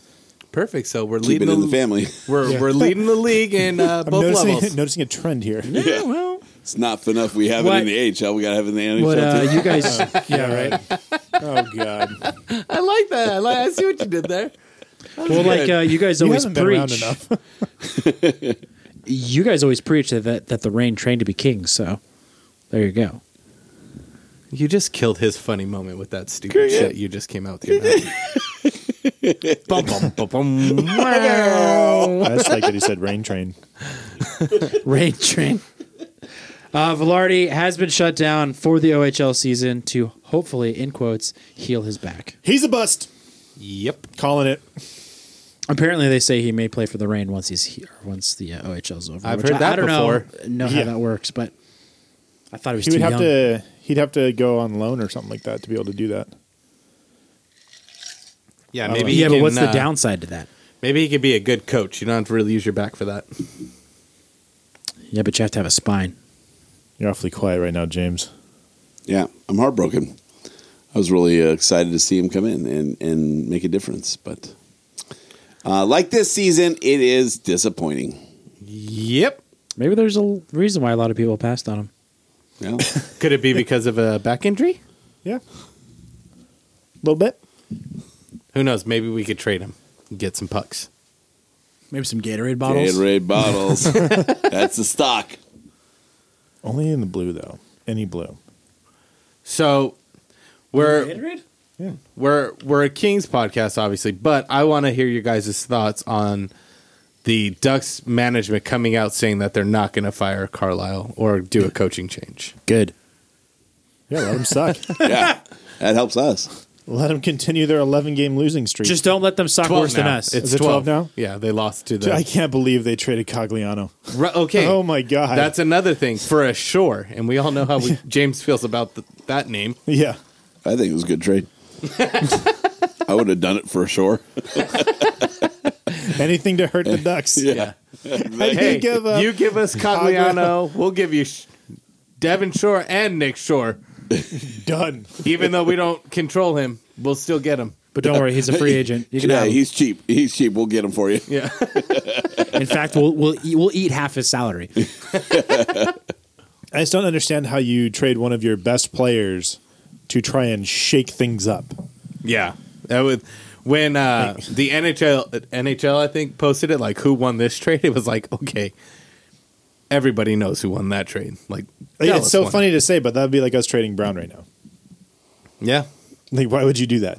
[SPEAKER 3] Perfect. So we're
[SPEAKER 4] Keep it
[SPEAKER 3] leading
[SPEAKER 4] in the family.
[SPEAKER 3] We're, we're leading the league in uh,
[SPEAKER 2] I'm
[SPEAKER 3] both
[SPEAKER 2] noticing,
[SPEAKER 3] levels.
[SPEAKER 2] noticing a trend here.
[SPEAKER 6] Yeah, well.
[SPEAKER 4] It's not enough we have
[SPEAKER 6] What?
[SPEAKER 4] it in the AHL. We got to have it in the NHL.
[SPEAKER 6] But uh,
[SPEAKER 4] too.
[SPEAKER 6] you guys,
[SPEAKER 2] yeah, right. oh, God.
[SPEAKER 3] I like that. I, like, I see what you did there.
[SPEAKER 6] well, like uh, you guys
[SPEAKER 2] You
[SPEAKER 6] always
[SPEAKER 2] haven't been around
[SPEAKER 6] preach.
[SPEAKER 2] enough.
[SPEAKER 6] You guys always preach that, that that the rain trained to be king. So there you go.
[SPEAKER 3] You just killed his funny moment with that stupid shit you just came out with. Your mouth. bum, bum, bum, bum.
[SPEAKER 2] I just like that he said rain train.
[SPEAKER 6] Rain train. Uh, Velarde has been shut down for the OHL season to hopefully, in quotes, heal his back.
[SPEAKER 2] He's a bust.
[SPEAKER 3] Yep.
[SPEAKER 2] Calling it.
[SPEAKER 6] Apparently, they say he may play for the Rain once he's here, once the uh, OHL's over.
[SPEAKER 3] I've
[SPEAKER 6] which
[SPEAKER 3] heard
[SPEAKER 6] I,
[SPEAKER 3] that
[SPEAKER 6] I don't
[SPEAKER 3] before.
[SPEAKER 6] know, know how
[SPEAKER 2] Yeah.
[SPEAKER 6] that works, but I thought he was
[SPEAKER 2] He
[SPEAKER 6] too
[SPEAKER 2] would have
[SPEAKER 6] young.
[SPEAKER 2] to. He'd have to go on loan or something like that to be able to do that.
[SPEAKER 3] Yeah,
[SPEAKER 2] Oh,
[SPEAKER 3] maybe.
[SPEAKER 6] yeah,
[SPEAKER 3] he
[SPEAKER 6] but
[SPEAKER 3] can,
[SPEAKER 6] what's the
[SPEAKER 3] uh,
[SPEAKER 6] downside to that?
[SPEAKER 3] Maybe he could be a good coach. You don't have to really use your back for that.
[SPEAKER 6] Yeah, but you have to have a spine.
[SPEAKER 2] You're awfully quiet right now, James.
[SPEAKER 4] yeah, I'm heartbroken. I was really uh, excited to see him come in and, and make a difference. But uh, like this season, it is disappointing.
[SPEAKER 3] Yep.
[SPEAKER 6] Maybe there's a l- reason why a lot of people passed on him.
[SPEAKER 4] Yeah.
[SPEAKER 3] Could it be because of a back injury?
[SPEAKER 2] Yeah. A little bit.
[SPEAKER 3] Who knows? Maybe we could trade him and get some pucks.
[SPEAKER 6] Maybe some Gatorade
[SPEAKER 4] Gatorade bottles. That's the stock.
[SPEAKER 2] Only in the blue though. Any blue.
[SPEAKER 3] So we're we're we're a Kings podcast, obviously, but I want to hear your guys' thoughts on the Ducks management coming out saying that they're not going to fire Carlisle or do a coaching change.
[SPEAKER 6] Good.
[SPEAKER 2] Yeah, let him suck.
[SPEAKER 4] Yeah, that helps us.
[SPEAKER 2] let him continue their 11 game losing streak.
[SPEAKER 6] Just don't let them suck worse than
[SPEAKER 3] now.
[SPEAKER 6] us.
[SPEAKER 3] It's
[SPEAKER 2] Is it 12 now?
[SPEAKER 3] Yeah, they lost to
[SPEAKER 2] I
[SPEAKER 3] the.
[SPEAKER 2] can't believe they traded Cogliano.
[SPEAKER 3] Ru- okay.
[SPEAKER 2] Oh my god.
[SPEAKER 3] That's another thing for a shore, and we all know how we, James feels about th that name.
[SPEAKER 2] yeah.
[SPEAKER 4] I think it was a good trade. I would have done it for sure.
[SPEAKER 2] Anything to hurt the Ducks.
[SPEAKER 4] Yeah.
[SPEAKER 2] I
[SPEAKER 3] Hey,
[SPEAKER 2] think of uh,
[SPEAKER 3] you give us Cogliano, we'll give you Sh- Devin Shore and Nick Shore.
[SPEAKER 2] done.
[SPEAKER 3] Even though we don't control him, we'll still get him.
[SPEAKER 6] But don't worry, he's a free agent. You can
[SPEAKER 4] Yeah,
[SPEAKER 6] have him.
[SPEAKER 4] he's cheap. He's cheap. We'll get him for you.
[SPEAKER 3] Yeah.
[SPEAKER 6] In fact, we'll we'll eat, we'll eat half his salary.
[SPEAKER 2] I just don't understand how you trade one of your best players to try and shake things up.
[SPEAKER 3] Yeah, that would when uh, the NHL NHL I think posted it like who won this trade. It was like okay, everybody knows who won that trade. Like
[SPEAKER 2] Like,
[SPEAKER 3] Dallas
[SPEAKER 2] it's so
[SPEAKER 3] won.
[SPEAKER 2] funny to say, but that'd be like us trading Brown right now.
[SPEAKER 3] Yeah,
[SPEAKER 2] Like, why would you do that?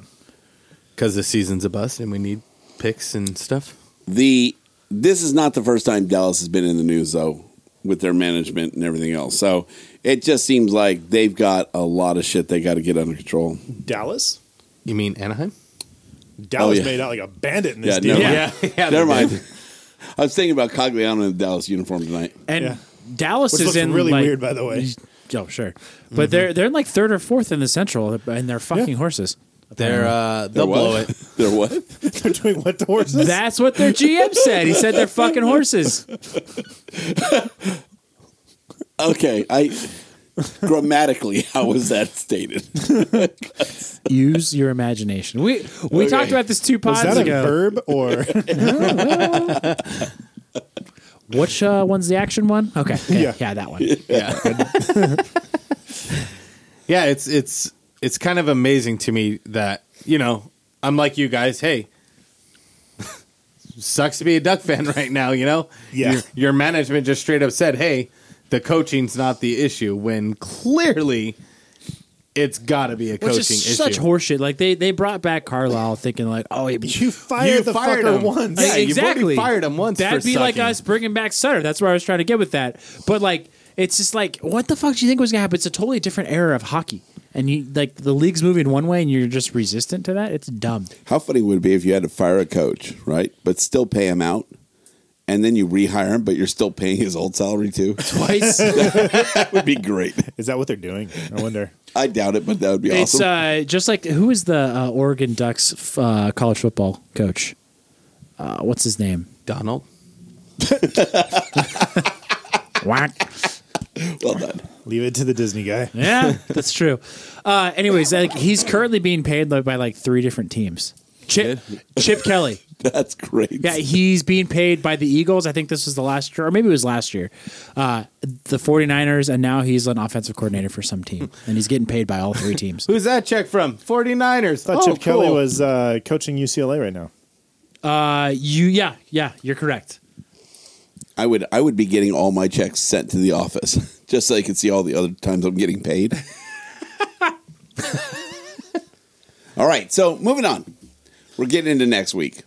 [SPEAKER 3] because the season's a bust and we need picks and stuff.
[SPEAKER 4] The this is not the first time Dallas has been in the news though with their management and everything else. So it just seems like they've got a lot of shit they got to get under control.
[SPEAKER 2] Dallas?
[SPEAKER 3] You mean Anaheim?
[SPEAKER 2] Dallas
[SPEAKER 4] Oh, yeah.
[SPEAKER 2] made out like a bandit in this
[SPEAKER 4] Yeah,
[SPEAKER 2] deal.
[SPEAKER 4] never
[SPEAKER 3] Yeah, yeah.
[SPEAKER 4] Never mind. I was thinking about Cogliano in the Dallas uniform tonight.
[SPEAKER 6] And
[SPEAKER 2] Yeah.
[SPEAKER 6] Dallas
[SPEAKER 2] Which
[SPEAKER 6] is
[SPEAKER 2] looks
[SPEAKER 6] in
[SPEAKER 2] really
[SPEAKER 6] like-
[SPEAKER 2] weird, by the Mm-hmm. way.
[SPEAKER 6] Oh, sure. But they're they're in like third or fourth in the Central, and they're fucking horses.
[SPEAKER 3] They're uh, they'll
[SPEAKER 4] what?
[SPEAKER 3] blow it.
[SPEAKER 4] They're what?
[SPEAKER 2] They're doing what to horses?
[SPEAKER 6] That's what their GM said. He said they're fucking horses.
[SPEAKER 4] Okay, I grammatically how was that stated?
[SPEAKER 6] Use your imagination. We we
[SPEAKER 4] Okay.
[SPEAKER 6] talked about this two
[SPEAKER 2] Was
[SPEAKER 6] pods
[SPEAKER 2] that a
[SPEAKER 6] ago.
[SPEAKER 2] verb or
[SPEAKER 6] Which uh, one's the action one? Okay, okay.
[SPEAKER 2] Yeah.
[SPEAKER 6] yeah, that one.
[SPEAKER 3] Yeah. yeah, it's it's it's kind of amazing to me that, you know, I'm like you guys, hey, sucks to be a Duck fan right now, you know?
[SPEAKER 2] Yeah.
[SPEAKER 3] Your, your management just straight up said, "Hey, the coaching's not the issue." When clearly it's got to be a
[SPEAKER 6] Which
[SPEAKER 3] coaching
[SPEAKER 6] is
[SPEAKER 3] issue.
[SPEAKER 6] such horseshit. Like they they brought back Carlisle thinking like, oh, he
[SPEAKER 2] You fired
[SPEAKER 3] You
[SPEAKER 2] the
[SPEAKER 3] fired
[SPEAKER 2] fucker
[SPEAKER 3] him.
[SPEAKER 2] once.
[SPEAKER 3] Yeah,
[SPEAKER 6] Like,
[SPEAKER 3] you've already fired him once
[SPEAKER 6] That'd
[SPEAKER 3] for
[SPEAKER 6] be like
[SPEAKER 3] sucking.
[SPEAKER 6] us bringing back Sutter. That's where I was trying to get with that. But like, it's just like, what the fuck do you think was gonna happen? It's a totally different era of hockey, and you like the league's moving one way, and you're just resistant to that. It's dumb.
[SPEAKER 4] How funny would it be if you had to fire a coach, right? But still pay him out, and then you rehire him, but you're still paying his old salary too.
[SPEAKER 6] Twice.
[SPEAKER 4] that would be great.
[SPEAKER 2] Is that what they're doing? I wonder.
[SPEAKER 4] I doubt it, but that would be
[SPEAKER 6] It's
[SPEAKER 4] awesome.
[SPEAKER 6] uh, just like who is the uh, Oregon Ducks f- uh, college football coach? Uh, what's his name?
[SPEAKER 3] Donald.
[SPEAKER 6] Whack.
[SPEAKER 4] well done.
[SPEAKER 2] Leave it to the Disney guy.
[SPEAKER 6] Yeah, that's true. Uh, anyways, like he's currently being paid like, by like three different teams. Chip Chip Kelly.
[SPEAKER 4] That's great.
[SPEAKER 6] Yeah, he's being paid by the Eagles. I think this was the last year, or maybe it was last year. Uh, the 49ers, and now he's an offensive coordinator for some team, and he's getting paid by all three teams.
[SPEAKER 3] Who's that check from? 49ers.
[SPEAKER 2] I thought
[SPEAKER 3] oh,
[SPEAKER 2] Chip Kelly
[SPEAKER 3] cool.
[SPEAKER 2] was uh, coaching UCLA right now.
[SPEAKER 6] Uh, you, yeah, yeah, you're correct.
[SPEAKER 4] I would I would be getting all my checks sent to the office just so I could see all the other times I'm getting paid. all right, so moving on. We're getting into next week.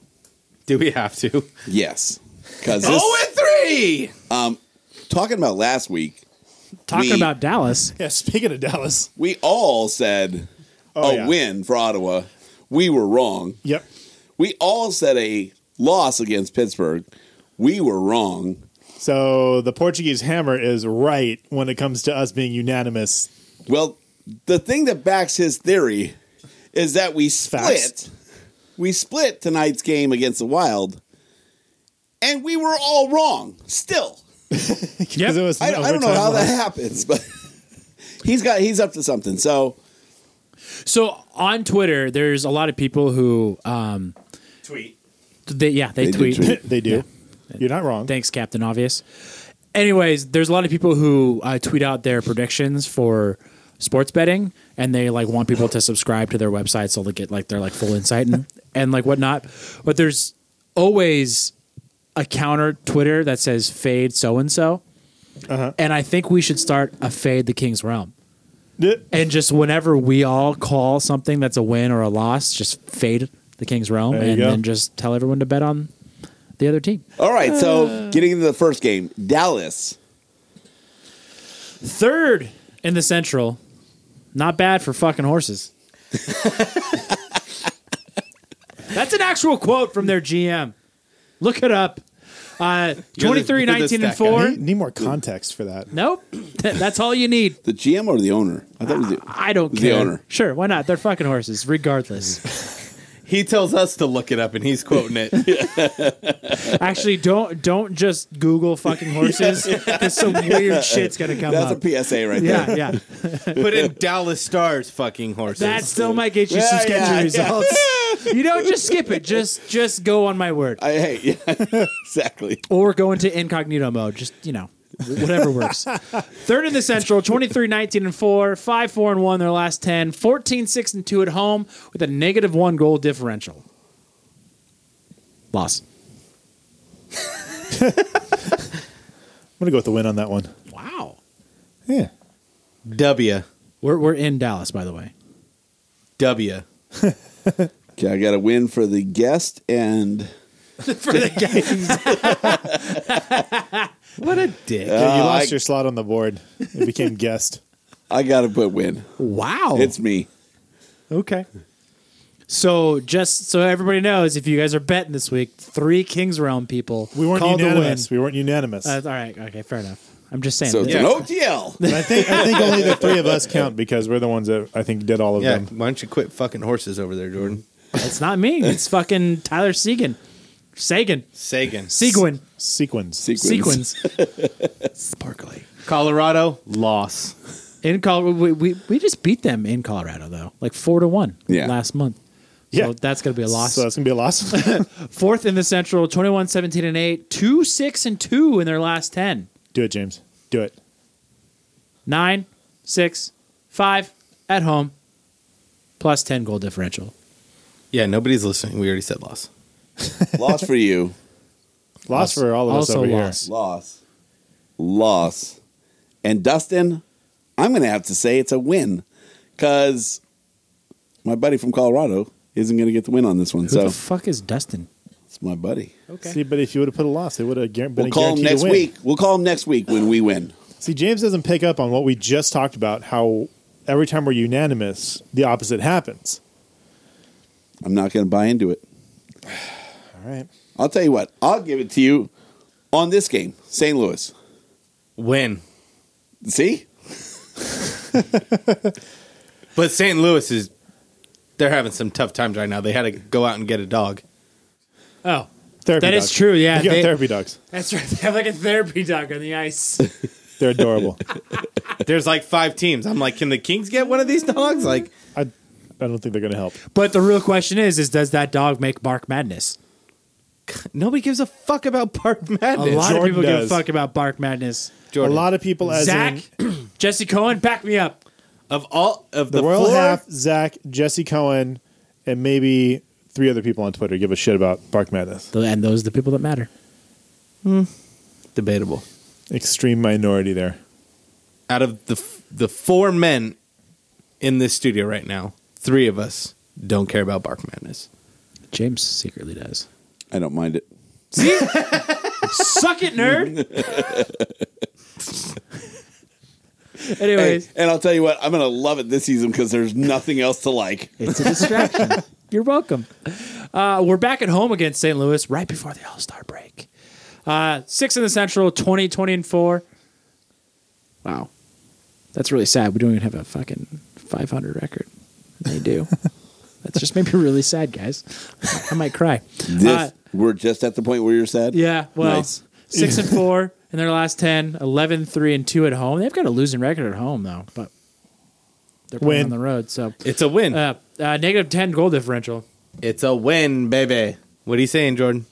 [SPEAKER 3] Do we have to?
[SPEAKER 4] Yes. Cuz
[SPEAKER 3] Oh, and three.
[SPEAKER 4] talking about last week,
[SPEAKER 6] Talking
[SPEAKER 4] We-
[SPEAKER 6] about Dallas,
[SPEAKER 2] Yeah, speaking of Dallas.
[SPEAKER 4] we all said
[SPEAKER 2] Oh,
[SPEAKER 4] a
[SPEAKER 2] yeah.
[SPEAKER 4] win for Ottawa. We were wrong.
[SPEAKER 2] Yep.
[SPEAKER 4] We all said a loss against Pittsburgh. We were wrong.
[SPEAKER 2] So the Portuguese hammer is right when it comes to us being unanimous.
[SPEAKER 4] Well, the thing that backs his theory is that we split.
[SPEAKER 2] Facts.
[SPEAKER 4] We split tonight's game against the Wild, and we were all wrong. Still,
[SPEAKER 2] 'Cause it was
[SPEAKER 4] I,
[SPEAKER 2] an
[SPEAKER 4] I don't know
[SPEAKER 2] overtime
[SPEAKER 4] how that
[SPEAKER 2] loss.
[SPEAKER 4] happens, but he's got he's up to something. So
[SPEAKER 6] So on Twitter, there's a lot of people who, um,
[SPEAKER 3] Tweet.
[SPEAKER 6] they, yeah, they,
[SPEAKER 4] They do
[SPEAKER 6] tweet.
[SPEAKER 4] tweet.
[SPEAKER 2] they do. You're not wrong.
[SPEAKER 6] Thanks, Captain Obvious. Anyways, there's a lot of people who uh, tweet out their predictions for sports betting, and they like want people to subscribe to their website so they get like their like full insight and and like whatnot. But there's always a counter Twitter that says fade so and so,
[SPEAKER 2] Uh-huh.
[SPEAKER 6] and I think we should start a fade the King's Realm.
[SPEAKER 2] Yeah.
[SPEAKER 6] And just whenever we all call something that's a win or a loss, just fade the King's Realm,
[SPEAKER 2] There you
[SPEAKER 6] and
[SPEAKER 2] go.
[SPEAKER 6] then just tell everyone to bet on the other team.
[SPEAKER 4] all right,
[SPEAKER 6] Uh.
[SPEAKER 4] so getting into the first game, Dallas.
[SPEAKER 6] Third in the Central. Not bad for fucking horses. That's an actual quote from their GM. Look it up. Uh,
[SPEAKER 3] You're the-
[SPEAKER 6] 23,
[SPEAKER 3] you're the
[SPEAKER 6] 19, and
[SPEAKER 3] stat guy.
[SPEAKER 6] 4.
[SPEAKER 2] Need, need more context for that.
[SPEAKER 6] Nope. That's all you need.
[SPEAKER 4] The GM or the owner? I thought it was the,
[SPEAKER 6] I don't
[SPEAKER 4] The
[SPEAKER 6] care.
[SPEAKER 4] owner.
[SPEAKER 6] Sure, why not? They're fucking horses, regardless.
[SPEAKER 3] He tells us to look it up, and he's quoting it.
[SPEAKER 6] Actually, don't don't just Google fucking horses. Because some weird shit's gonna come
[SPEAKER 4] that's
[SPEAKER 6] up.
[SPEAKER 4] a PSA right there.
[SPEAKER 6] yeah, yeah.
[SPEAKER 3] Put in Dallas Stars fucking horses.
[SPEAKER 6] That still might get you some
[SPEAKER 4] Yeah,
[SPEAKER 6] sketchy
[SPEAKER 4] yeah, yeah.
[SPEAKER 6] results. you don't just skip it. Just just go on my word.
[SPEAKER 4] I, hey, yeah, exactly.
[SPEAKER 6] or go into incognito mode. Just, you know, whatever works. Third in the Central, 23 19 and 4, 5 4 and 1 their last 10, 14 6 and 2 at home with a negative one goal differential. Loss.
[SPEAKER 2] I'm gonna go with the win on that one.
[SPEAKER 6] Wow.
[SPEAKER 2] Yeah.
[SPEAKER 3] W
[SPEAKER 6] We're, we're in Dallas, by the way.
[SPEAKER 3] W.
[SPEAKER 4] Okay, I got a win for the guest and
[SPEAKER 6] For the game.
[SPEAKER 3] What a dick.
[SPEAKER 2] Yeah, you lost
[SPEAKER 4] Uh, I-
[SPEAKER 2] your slot on the board. It became guest.
[SPEAKER 4] I got to put win.
[SPEAKER 6] Wow.
[SPEAKER 4] It's me.
[SPEAKER 6] okay. So just so everybody knows, if you guys are betting this week, three Kings Realm people
[SPEAKER 2] We weren't
[SPEAKER 6] called
[SPEAKER 2] unanimous.
[SPEAKER 6] the
[SPEAKER 2] We weren't unanimous.
[SPEAKER 6] win. Uh, all right. Okay. Fair enough. I'm just saying.
[SPEAKER 4] So it's an
[SPEAKER 3] Yeah.
[SPEAKER 4] OTL.
[SPEAKER 2] I think I think only the three of us count because we're the ones that I think did all of
[SPEAKER 3] yeah,
[SPEAKER 2] them.
[SPEAKER 3] why don't you quit fucking horses over there, Jordan?
[SPEAKER 6] It's not me. It's fucking Tyler Segan. Sagan.
[SPEAKER 3] Sagan.
[SPEAKER 6] Seguin.
[SPEAKER 2] Sequence.
[SPEAKER 4] Sequence.
[SPEAKER 6] Sequins. Sparkly.
[SPEAKER 3] Colorado loss.
[SPEAKER 6] In Colorado, we, we, we just beat them in Colorado, though, like four to one
[SPEAKER 4] Yeah.
[SPEAKER 6] last month.
[SPEAKER 2] Yeah.
[SPEAKER 6] So that's going to be a loss.
[SPEAKER 2] So it's gonna be a loss.
[SPEAKER 6] Fourth in the Central, 21 17 and 8, 2 6 and 2 in their last 10.
[SPEAKER 2] Do it, James. Do it.
[SPEAKER 6] 9, 6, 5 at home, plus 10 goal differential.
[SPEAKER 3] Yeah, nobody's listening. We already said loss.
[SPEAKER 4] Loss for you.
[SPEAKER 2] Loss for all of us
[SPEAKER 6] also
[SPEAKER 2] over
[SPEAKER 6] loss.
[SPEAKER 4] Loss. Loss. And Dustin, I'm going to have to say it's a win because my buddy from Colorado isn't going to get the win on this one.
[SPEAKER 6] Who
[SPEAKER 4] so
[SPEAKER 6] the fuck is Dustin?
[SPEAKER 4] it's my buddy.
[SPEAKER 2] See, but if you would have put a loss, it would have been
[SPEAKER 4] We'll
[SPEAKER 2] a
[SPEAKER 4] call him
[SPEAKER 2] guaranteed
[SPEAKER 4] next
[SPEAKER 2] win.
[SPEAKER 4] week. We'll call him next week when we win.
[SPEAKER 2] See, James doesn't pick up on what we just talked about. How every time we're unanimous, the opposite happens.
[SPEAKER 4] I'm not going to buy into it.
[SPEAKER 2] All right.
[SPEAKER 4] I'll tell you what. I'll give it to you on this game, St. Louis.
[SPEAKER 3] Win.
[SPEAKER 4] See,
[SPEAKER 3] But St. Louis is they're having some tough times right now. They had to go out and get a dog.
[SPEAKER 6] Oh,
[SPEAKER 2] Therapy
[SPEAKER 6] That is
[SPEAKER 2] dogs.
[SPEAKER 6] true, yeah,
[SPEAKER 2] You got
[SPEAKER 6] they-
[SPEAKER 2] therapy dogs.
[SPEAKER 6] that's right. They have like a therapy dog on the ice.
[SPEAKER 2] They're adorable.
[SPEAKER 3] There's like five teams. I'm like, can the Kings get one of these dogs? Like,
[SPEAKER 2] I, I don't think they're going to help.
[SPEAKER 6] but the real question is: Is does that dog make bark madness?
[SPEAKER 3] nobody gives a fuck about Park
[SPEAKER 6] A
[SPEAKER 3] Madness.
[SPEAKER 6] lot
[SPEAKER 2] Jordan
[SPEAKER 6] of people
[SPEAKER 2] does.
[SPEAKER 6] give a fuck about bark madness.
[SPEAKER 2] A lot of people, as
[SPEAKER 6] Zach,
[SPEAKER 2] in
[SPEAKER 6] Jesse Cohen, back me up.
[SPEAKER 3] Of all of
[SPEAKER 2] the,
[SPEAKER 3] the,
[SPEAKER 2] royal
[SPEAKER 3] floor,
[SPEAKER 2] half, Zach, Jesse Cohen, and maybe three other people on Twitter give a shit about Bark Madness.
[SPEAKER 6] And those are the people that matter.
[SPEAKER 3] debatable.
[SPEAKER 2] Extreme minority there.
[SPEAKER 3] Out of the f- the four men in this studio right now, three of us don't care about Bark Madness.
[SPEAKER 6] James secretly does.
[SPEAKER 4] I don't mind it.
[SPEAKER 6] Suck it, nerd.
[SPEAKER 4] Hey,
[SPEAKER 6] Anyways,
[SPEAKER 4] and I'll tell you what. I'm going to love it this season because there's nothing else to like.
[SPEAKER 6] it's a distraction. You're welcome. Uh, we're back at home against St. Louis right before the All Star break. Uh, six in the Central, 20, 20, and four. Wow. That's really sad. We don't even have a fucking 500 record. They do. That's just made me really sad, guys. I might cry.
[SPEAKER 4] This
[SPEAKER 6] Uh,
[SPEAKER 4] we're just at the point where you're sad.
[SPEAKER 6] Yeah, well,
[SPEAKER 4] Nice.
[SPEAKER 6] six and four in their last 10, 11, 3 and two at home. They've got a losing record at home though, but they're playing
[SPEAKER 2] Win.
[SPEAKER 6] on the road. So
[SPEAKER 3] It's a win.
[SPEAKER 6] uh, uh, negative ten goal differential.
[SPEAKER 3] it's a win, baby. What are you saying, Jordan?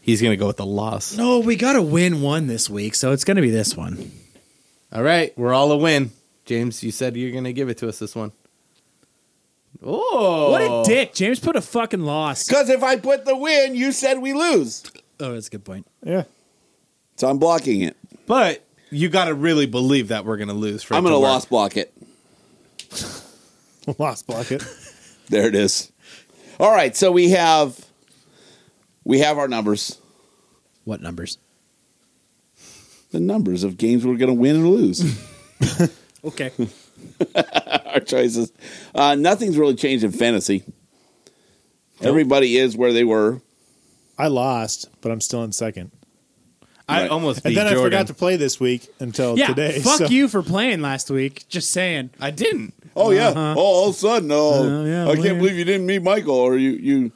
[SPEAKER 3] He's gonna go with the loss.
[SPEAKER 6] No, we got to win one this week, so it's going to be this one.
[SPEAKER 3] All right, we're all a win. James, you said you're gonna give it to us this one. Oh,
[SPEAKER 6] What a dick! James put a fucking loss.
[SPEAKER 4] Because if I put the win, you said we lose.
[SPEAKER 6] Oh, that's a good point.
[SPEAKER 2] Yeah.
[SPEAKER 4] So I'm blocking it.
[SPEAKER 3] But you got to really believe that we're going to lose. For
[SPEAKER 4] I'm
[SPEAKER 3] going to work.
[SPEAKER 4] loss block it.
[SPEAKER 2] Lost Blocket.
[SPEAKER 4] There it is. All right, so we have we have our numbers.
[SPEAKER 6] What numbers?
[SPEAKER 4] The numbers of games we're going to win or lose.
[SPEAKER 6] Okay,
[SPEAKER 4] our choices. Uh, nothing's really changed in fantasy. Everybody is where they were.
[SPEAKER 2] I lost, but I'm still in second.
[SPEAKER 3] I
[SPEAKER 4] Right.
[SPEAKER 3] almost beat
[SPEAKER 2] And then I
[SPEAKER 3] Jordan.
[SPEAKER 2] forgot to play this week until
[SPEAKER 6] yeah.
[SPEAKER 2] today.
[SPEAKER 6] fuck
[SPEAKER 2] so-
[SPEAKER 6] you for playing last week. Just saying.
[SPEAKER 3] I didn't.
[SPEAKER 4] Oh yeah. Oh, all of a sudden, oh,
[SPEAKER 6] Uh-huh. Uh, yeah,
[SPEAKER 4] I can't
[SPEAKER 6] weird.
[SPEAKER 4] believe you didn't meet Michael, or you you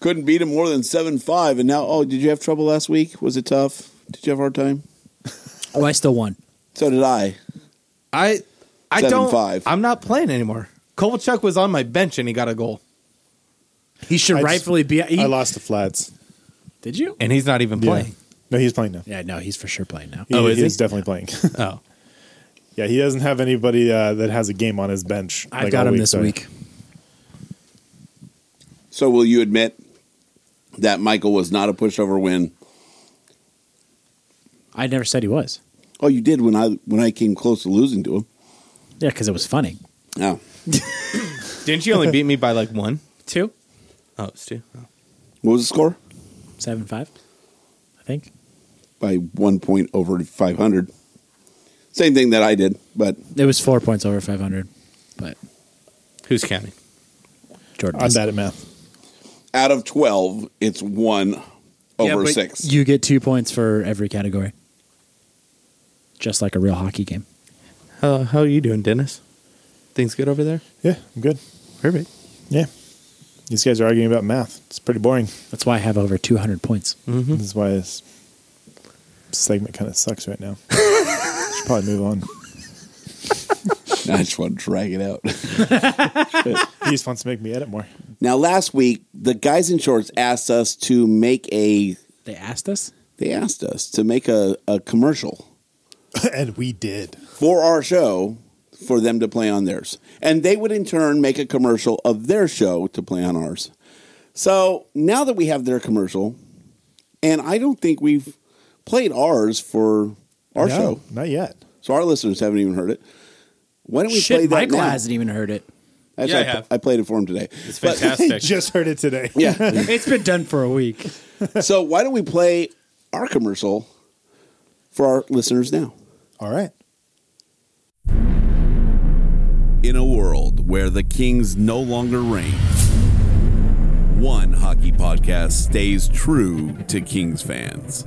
[SPEAKER 4] couldn't beat him more than seven five, and now oh, did you have trouble last week? Was it tough? Did you have a hard time?
[SPEAKER 6] Oh, I still won.
[SPEAKER 4] So did I.
[SPEAKER 3] I I
[SPEAKER 4] Seven,
[SPEAKER 3] don't.
[SPEAKER 4] five.
[SPEAKER 3] I'm not playing anymore. Kovalchuk was on my bench and he got a goal,
[SPEAKER 6] He should
[SPEAKER 2] I just-
[SPEAKER 6] rightfully be. he-
[SPEAKER 2] I lost the flats.
[SPEAKER 6] Did you?
[SPEAKER 3] and he's not even
[SPEAKER 2] Yeah.
[SPEAKER 3] playing.
[SPEAKER 2] No, he's playing now.
[SPEAKER 6] Yeah, no, he's for sure playing now.
[SPEAKER 2] He-
[SPEAKER 3] Oh, is he?
[SPEAKER 2] he's definitely playing.
[SPEAKER 3] Oh,
[SPEAKER 2] yeah, he doesn't have anybody uh, that has a game on his bench.
[SPEAKER 6] I
[SPEAKER 2] like,
[SPEAKER 6] got
[SPEAKER 2] all
[SPEAKER 6] him this
[SPEAKER 2] so-
[SPEAKER 6] week.
[SPEAKER 4] So will you admit that Michael was not a pushover win?
[SPEAKER 6] I never said he was.
[SPEAKER 4] Oh, you did when I when I came close to losing to him.
[SPEAKER 6] Yeah, because it was funny.
[SPEAKER 4] Oh,
[SPEAKER 3] didn't you only beat me by like one?
[SPEAKER 6] Two,
[SPEAKER 3] Oh, it's two.
[SPEAKER 4] what was the score?
[SPEAKER 6] seven, five, I think.
[SPEAKER 4] By one point over five hundred. Same thing that I did, but
[SPEAKER 6] It was four points over 500, but
[SPEAKER 3] Who's counting?
[SPEAKER 6] Jordan.
[SPEAKER 2] I'm
[SPEAKER 6] does.
[SPEAKER 2] bad at math.
[SPEAKER 4] out of twelve, it's one over
[SPEAKER 3] but
[SPEAKER 4] six.
[SPEAKER 6] You get two points for every category, just like a real hockey game.
[SPEAKER 3] How how are you doing, Dennis? Things good over there?
[SPEAKER 2] Yeah, I'm good.
[SPEAKER 3] Perfect.
[SPEAKER 2] Yeah. These guys are arguing about math. It's pretty boring.
[SPEAKER 6] That's why I have over 200 points.
[SPEAKER 2] This is why this segment kind of sucks right now. Should probably move on.
[SPEAKER 4] I just want to drag it out.
[SPEAKER 2] He just wants to make me edit more.
[SPEAKER 4] Now, last week, the guys in shorts asked us to make a.
[SPEAKER 6] They asked us.
[SPEAKER 4] They asked us to make a, a commercial
[SPEAKER 2] and we did.
[SPEAKER 4] for our show for them to play on theirs, and they would in turn make a commercial of their show to play on ours. So now that we have their commercial, and I don't think we've played ours for our
[SPEAKER 2] No,
[SPEAKER 4] show,
[SPEAKER 2] Not yet.
[SPEAKER 4] so our listeners haven't even heard it. Why don't we play
[SPEAKER 6] Shit,
[SPEAKER 4] that
[SPEAKER 6] Michael
[SPEAKER 4] now?
[SPEAKER 6] hasn't even heard it.
[SPEAKER 4] Actually,
[SPEAKER 3] Yeah, I
[SPEAKER 4] I,
[SPEAKER 3] have.
[SPEAKER 4] I played it for him today.
[SPEAKER 3] It's
[SPEAKER 4] But-
[SPEAKER 3] fantastic.
[SPEAKER 2] Just heard it today.
[SPEAKER 4] yeah.
[SPEAKER 6] It's been done for a week.
[SPEAKER 4] so why don't we play our commercial for our listeners now?
[SPEAKER 2] All right.
[SPEAKER 7] In a world where the kings no longer reign, one hockey podcast stays true to Kings fans.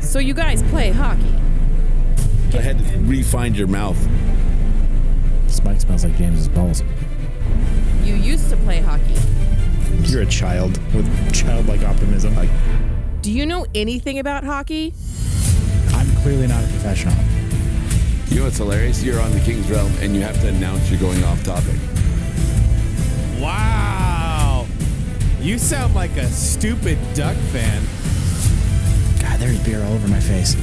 [SPEAKER 8] So you guys play hockey.
[SPEAKER 7] I had to refind your mouth.
[SPEAKER 6] Spike smells like James's balls.
[SPEAKER 8] You used to play hockey.
[SPEAKER 2] You're a child with childlike optimism. Like,
[SPEAKER 8] Do you know anything about hockey?
[SPEAKER 6] I'm clearly not a professional.
[SPEAKER 7] You know what's hilarious? You're on the Kings Realm and you have to announce you're going off topic.
[SPEAKER 3] Wow. You sound like a stupid duck fan.
[SPEAKER 6] God, there's beer all over my face.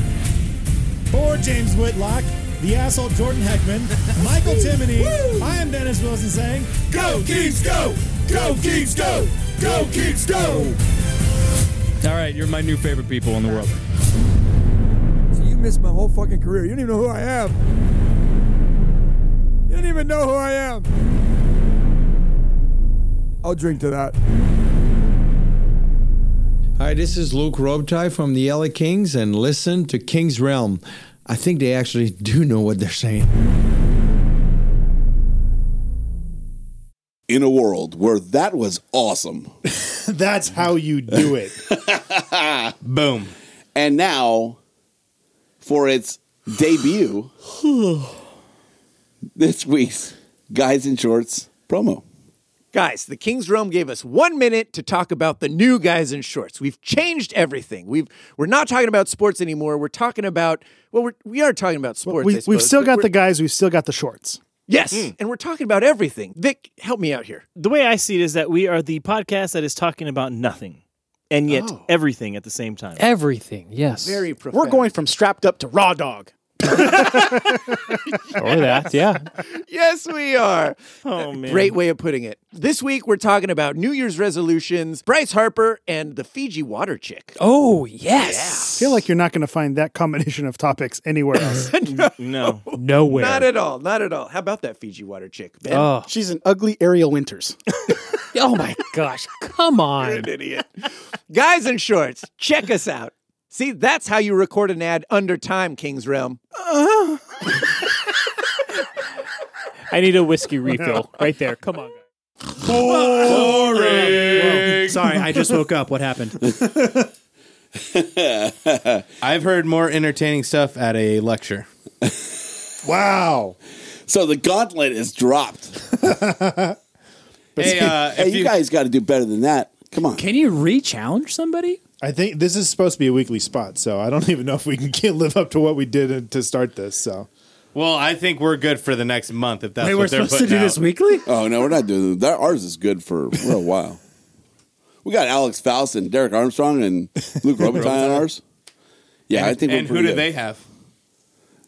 [SPEAKER 2] for James Whitlock, the asshole Jordan Heckman, Michael Timoney, I am Dennis Wilson saying, Go Kings, go! Go Kings, go! Go Kings, go!
[SPEAKER 3] All right, you're my new favorite people in the world.
[SPEAKER 7] You missed my whole fucking career. You don't even know who I am. You don't even know who I am. I'll drink to that.
[SPEAKER 9] Hi, this is Luke Robitaille from the LA Kings, and listen to King's Realm. I think they actually do know what they're saying.
[SPEAKER 4] In a world where that was awesome.
[SPEAKER 2] That's how you do it.
[SPEAKER 3] Boom.
[SPEAKER 4] And now, for its debut, this week's Guys in Shorts promo.
[SPEAKER 10] Guys, the King's Realm gave us one minute to talk about the new guys in shorts. We've changed everything. We've we're not talking about sports anymore. We're talking about well, we're, we are talking about sports. I
[SPEAKER 11] We, we've
[SPEAKER 10] suppose,
[SPEAKER 11] still
[SPEAKER 10] but
[SPEAKER 11] got the
[SPEAKER 10] we're-
[SPEAKER 11] guys. We've still got the shorts.
[SPEAKER 10] yes,
[SPEAKER 3] Hmm.
[SPEAKER 10] and we're talking about everything. Vic, help me out here.
[SPEAKER 9] The way I see it is that we are the podcast that is talking about nothing and yet everything at the same time.
[SPEAKER 6] Everything, yes.
[SPEAKER 10] Very profound.
[SPEAKER 11] We're going from strapped up to raw dog.
[SPEAKER 1] Or that, yeah.
[SPEAKER 10] Yes, we are.
[SPEAKER 9] Oh, man.
[SPEAKER 10] Great way of putting it. This week we're talking about New Year's resolutions, Bryce Harper and the Fiji water chick.
[SPEAKER 6] Oh, yes.
[SPEAKER 11] I feel like you're not going to find that combination of topics anywhere else.
[SPEAKER 9] No.
[SPEAKER 6] Nowhere.
[SPEAKER 10] Not at all. Not at all. How about that Fiji water chick? Ben?
[SPEAKER 6] Oh.
[SPEAKER 11] She's an ugly Ariel Winters.
[SPEAKER 6] Oh my gosh. Come
[SPEAKER 10] You're
[SPEAKER 6] on.
[SPEAKER 10] an idiot. Guys in shorts, check us out. See, that's how you record an ad under time, King's Realm.
[SPEAKER 1] I need a whiskey refill right there. Come on.
[SPEAKER 6] Sorry, I just woke up. What happened?
[SPEAKER 3] I've heard more entertaining stuff at a lecture.
[SPEAKER 2] Wow.
[SPEAKER 4] So the gauntlet is dropped.
[SPEAKER 3] Hey, uh,
[SPEAKER 4] Hey,
[SPEAKER 3] if
[SPEAKER 4] you, guys got to do better than that. Come on.
[SPEAKER 6] Can you re-challenge somebody?
[SPEAKER 2] I think this is supposed to be a weekly spot, so I don't even know if we can get, live up to what we did to start this. So
[SPEAKER 3] well, I think we're good for the next month if that's
[SPEAKER 6] Wait,
[SPEAKER 3] what
[SPEAKER 6] we're
[SPEAKER 3] they're
[SPEAKER 6] supposed to
[SPEAKER 3] putting
[SPEAKER 6] do
[SPEAKER 3] out.
[SPEAKER 6] this weekly?
[SPEAKER 4] Oh no, we're not doing that. That- Ours is good for, for a while. We got Alex Faust and Derek Armstrong and Luke Robitaille on ours. Yeah, I think.
[SPEAKER 3] And
[SPEAKER 4] we're
[SPEAKER 3] who
[SPEAKER 4] pretty
[SPEAKER 3] do
[SPEAKER 4] good.
[SPEAKER 3] they have?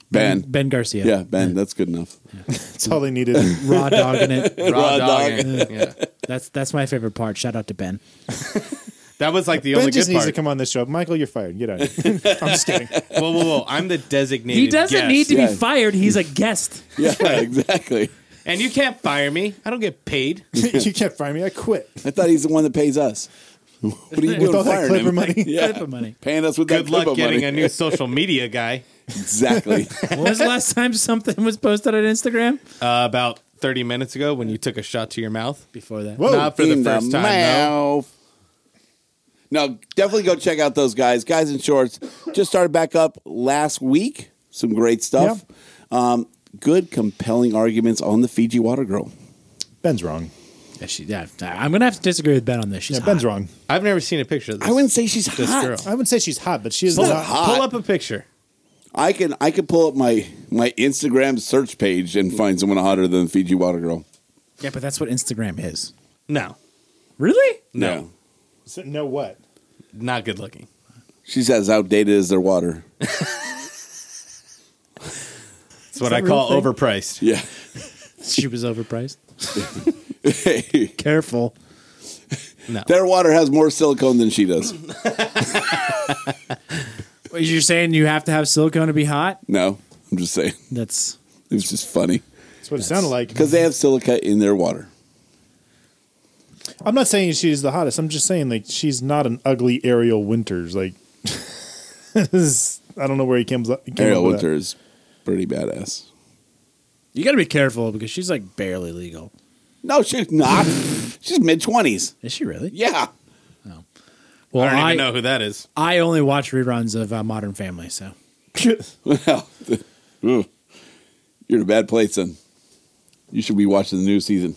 [SPEAKER 4] Ben.
[SPEAKER 6] Ben Garcia.
[SPEAKER 4] Yeah, Ben. That's good enough.
[SPEAKER 2] that's all they needed.
[SPEAKER 6] Raw dog in it.
[SPEAKER 4] Raw dog.
[SPEAKER 3] and- yeah.
[SPEAKER 6] That's that's my favorite part. Shout out to Ben.
[SPEAKER 3] That was like the
[SPEAKER 2] Ben
[SPEAKER 3] only
[SPEAKER 2] just
[SPEAKER 3] good
[SPEAKER 2] needs
[SPEAKER 3] part.
[SPEAKER 2] to come on this show. Michael, you're fired. Get out. Of here. I'm just kidding.
[SPEAKER 3] whoa, whoa, whoa! I'm the designated.
[SPEAKER 6] He doesn't
[SPEAKER 3] guest.
[SPEAKER 6] need to
[SPEAKER 4] Yeah.
[SPEAKER 6] be fired. He's a guest.
[SPEAKER 4] Yeah, exactly.
[SPEAKER 3] and you can't fire me. I don't get paid.
[SPEAKER 2] you can't fire me. I quit.
[SPEAKER 4] I thought he's the one that pays us. What are you
[SPEAKER 2] With
[SPEAKER 4] doing
[SPEAKER 2] all that
[SPEAKER 4] firing
[SPEAKER 2] Clipper
[SPEAKER 4] him?
[SPEAKER 2] money.
[SPEAKER 4] Yeah,
[SPEAKER 6] Clip of money.
[SPEAKER 4] paying us with
[SPEAKER 3] Good
[SPEAKER 4] that
[SPEAKER 3] luck
[SPEAKER 4] Clipper
[SPEAKER 3] getting
[SPEAKER 4] money.
[SPEAKER 3] a new social media guy.
[SPEAKER 4] exactly.
[SPEAKER 6] When was the last time something was posted on Instagram?
[SPEAKER 3] Uh, about 30 minutes ago, when you took a shot to your mouth.
[SPEAKER 6] Before that.
[SPEAKER 2] Whoa.
[SPEAKER 3] Not for the
[SPEAKER 4] In
[SPEAKER 3] first time, though.
[SPEAKER 4] mouth. No, definitely go check out those guys. Guys in shorts just started back up last week. Some great stuff. Um, good, compelling arguments on the Fiji Water Girl.
[SPEAKER 2] Ben's wrong.
[SPEAKER 6] Yeah, she, yeah, I'm gonna have to disagree with Ben on this. She's
[SPEAKER 2] Yeah, Ben's
[SPEAKER 6] hot.
[SPEAKER 2] wrong.
[SPEAKER 3] I've never seen a picture of this.
[SPEAKER 4] I wouldn't say she's
[SPEAKER 3] this
[SPEAKER 4] hot.
[SPEAKER 3] girl.
[SPEAKER 2] I wouldn't say she's hot, but she is
[SPEAKER 4] She's
[SPEAKER 2] not
[SPEAKER 4] not hot.
[SPEAKER 3] Pull up a picture.
[SPEAKER 4] I can I can pull up my my Instagram search page and find someone hotter than Fiji Water Girl.
[SPEAKER 6] Yeah, but that's what Instagram is.
[SPEAKER 3] No,
[SPEAKER 6] Really?
[SPEAKER 4] No,
[SPEAKER 2] So, no, what?
[SPEAKER 3] not good looking.
[SPEAKER 4] she's as outdated as their water.
[SPEAKER 3] That's what I call overpriced.
[SPEAKER 4] Yeah.
[SPEAKER 6] She was overpriced.
[SPEAKER 4] Hey,
[SPEAKER 6] Careful.
[SPEAKER 4] their water has more silicone than she does.
[SPEAKER 6] You're saying you have to have silicone to be hot?
[SPEAKER 4] No, I'm just saying.
[SPEAKER 6] That's
[SPEAKER 4] it was just funny
[SPEAKER 2] That's what it sounded like.
[SPEAKER 4] because they have silica in their water.
[SPEAKER 2] I'm not saying she's the hottest. I'm just saying like she's not an ugly Ariel Winters. Like, this is- I don't know where he came, came
[SPEAKER 4] Ariel
[SPEAKER 2] up with
[SPEAKER 4] Winter is pretty badass.
[SPEAKER 6] You got to be careful because she's like barely legal.
[SPEAKER 4] No, she's not. she's mid twenties.
[SPEAKER 6] Is she really?
[SPEAKER 4] Yeah.
[SPEAKER 6] Well,
[SPEAKER 3] I don't
[SPEAKER 6] I-
[SPEAKER 3] even know who that is.
[SPEAKER 6] I only watch reruns of uh, Modern Family, so
[SPEAKER 4] well, ooh, you're in a bad place then. You should be watching the new season.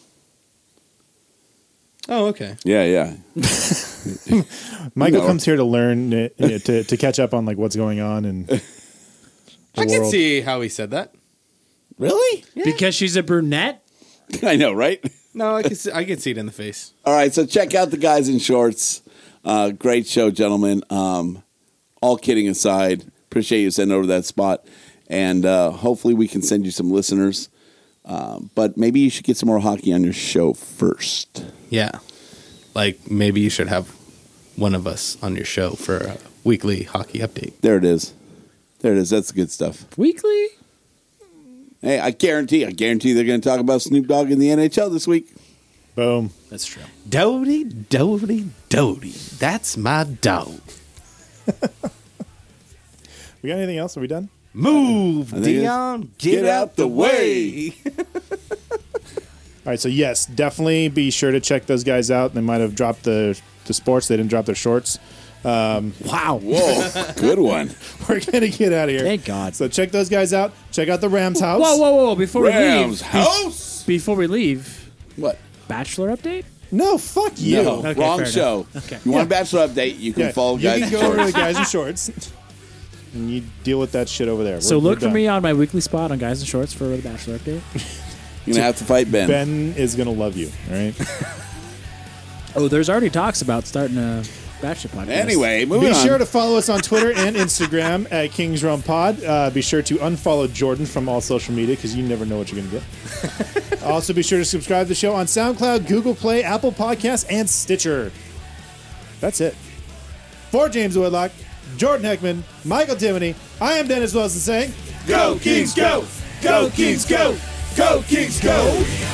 [SPEAKER 3] Oh, okay.
[SPEAKER 4] Yeah, yeah.
[SPEAKER 2] that. Michael
[SPEAKER 4] No.
[SPEAKER 2] comes here to learn uh, uh, to to catch up on like what's going on and.
[SPEAKER 3] I can
[SPEAKER 2] world.
[SPEAKER 3] see how he said that.
[SPEAKER 4] Really?
[SPEAKER 6] Because she's a brunette.
[SPEAKER 4] I know, right?
[SPEAKER 3] No, I can see, I can see it in the face.
[SPEAKER 4] All right, so check out the guys in shorts. Uh, great show, gentlemen. Um, all kidding aside, appreciate you sending over that spot, and uh, hopefully we can send you some listeners. Um, but maybe you should get some more hockey on your show first.
[SPEAKER 3] Yeah. Like maybe you should have one of us on your show for a weekly hockey update.
[SPEAKER 4] There it is. There it is. That's the good stuff.
[SPEAKER 6] Weekly.
[SPEAKER 4] Hey, I guarantee. I guarantee they're going to talk about Snoop Dogg in the NHL this week.
[SPEAKER 2] Boom.
[SPEAKER 6] That's true.
[SPEAKER 3] Doty, doty, doty. That's my dog.
[SPEAKER 2] We got anything else? Are we done?
[SPEAKER 3] Move,
[SPEAKER 2] I think it's- Get out the way. All right, so yes, definitely be sure to check those guys out. They might have dropped the the sports. They didn't drop their shorts. Um,
[SPEAKER 6] wow!
[SPEAKER 4] Whoa! Good one.
[SPEAKER 2] We're gonna get out of here.
[SPEAKER 6] Thank God.
[SPEAKER 2] So check those guys out. Check out the Rams house.
[SPEAKER 6] Whoa, whoa, whoa! Oh, Before
[SPEAKER 2] Rams
[SPEAKER 6] we leave,
[SPEAKER 4] house.
[SPEAKER 6] Before we leave,
[SPEAKER 4] what?
[SPEAKER 6] Bachelor update?
[SPEAKER 2] No, fuck you.
[SPEAKER 4] No,
[SPEAKER 2] Okay,
[SPEAKER 4] wrong
[SPEAKER 2] fair
[SPEAKER 4] show.
[SPEAKER 2] enough. Okay.
[SPEAKER 4] You want a bachelor update? You can
[SPEAKER 2] Yeah,
[SPEAKER 4] follow
[SPEAKER 2] You
[SPEAKER 4] guys.
[SPEAKER 2] can
[SPEAKER 4] in
[SPEAKER 2] go over to
[SPEAKER 4] shorts.
[SPEAKER 2] the guys in shorts, and you deal with that shit over there.
[SPEAKER 6] So
[SPEAKER 2] We're-
[SPEAKER 6] look
[SPEAKER 2] we're
[SPEAKER 6] for
[SPEAKER 2] done.
[SPEAKER 6] me on my weekly spot on Guys in Shorts for the Bachelor update.
[SPEAKER 4] You're gonna have to fight Ben.
[SPEAKER 2] Ben is gonna love you. All right.
[SPEAKER 6] Oh, there's already talks about starting a Bachelor podcast.
[SPEAKER 2] Be sure to follow us on Twitter and Instagram at Kings Realm Pod. Uh, be sure to unfollow Jordan from all social media because you never know what you're going to get. also, be sure to subscribe to the show on SoundCloud, Google Play, Apple Podcasts, and Stitcher. That's it. For James Woodlock, Jordan Heckman, Michael Timoney, I am Dennis Wilson saying,
[SPEAKER 12] Go Kings, go! Go Kings, go! Go Kings, go!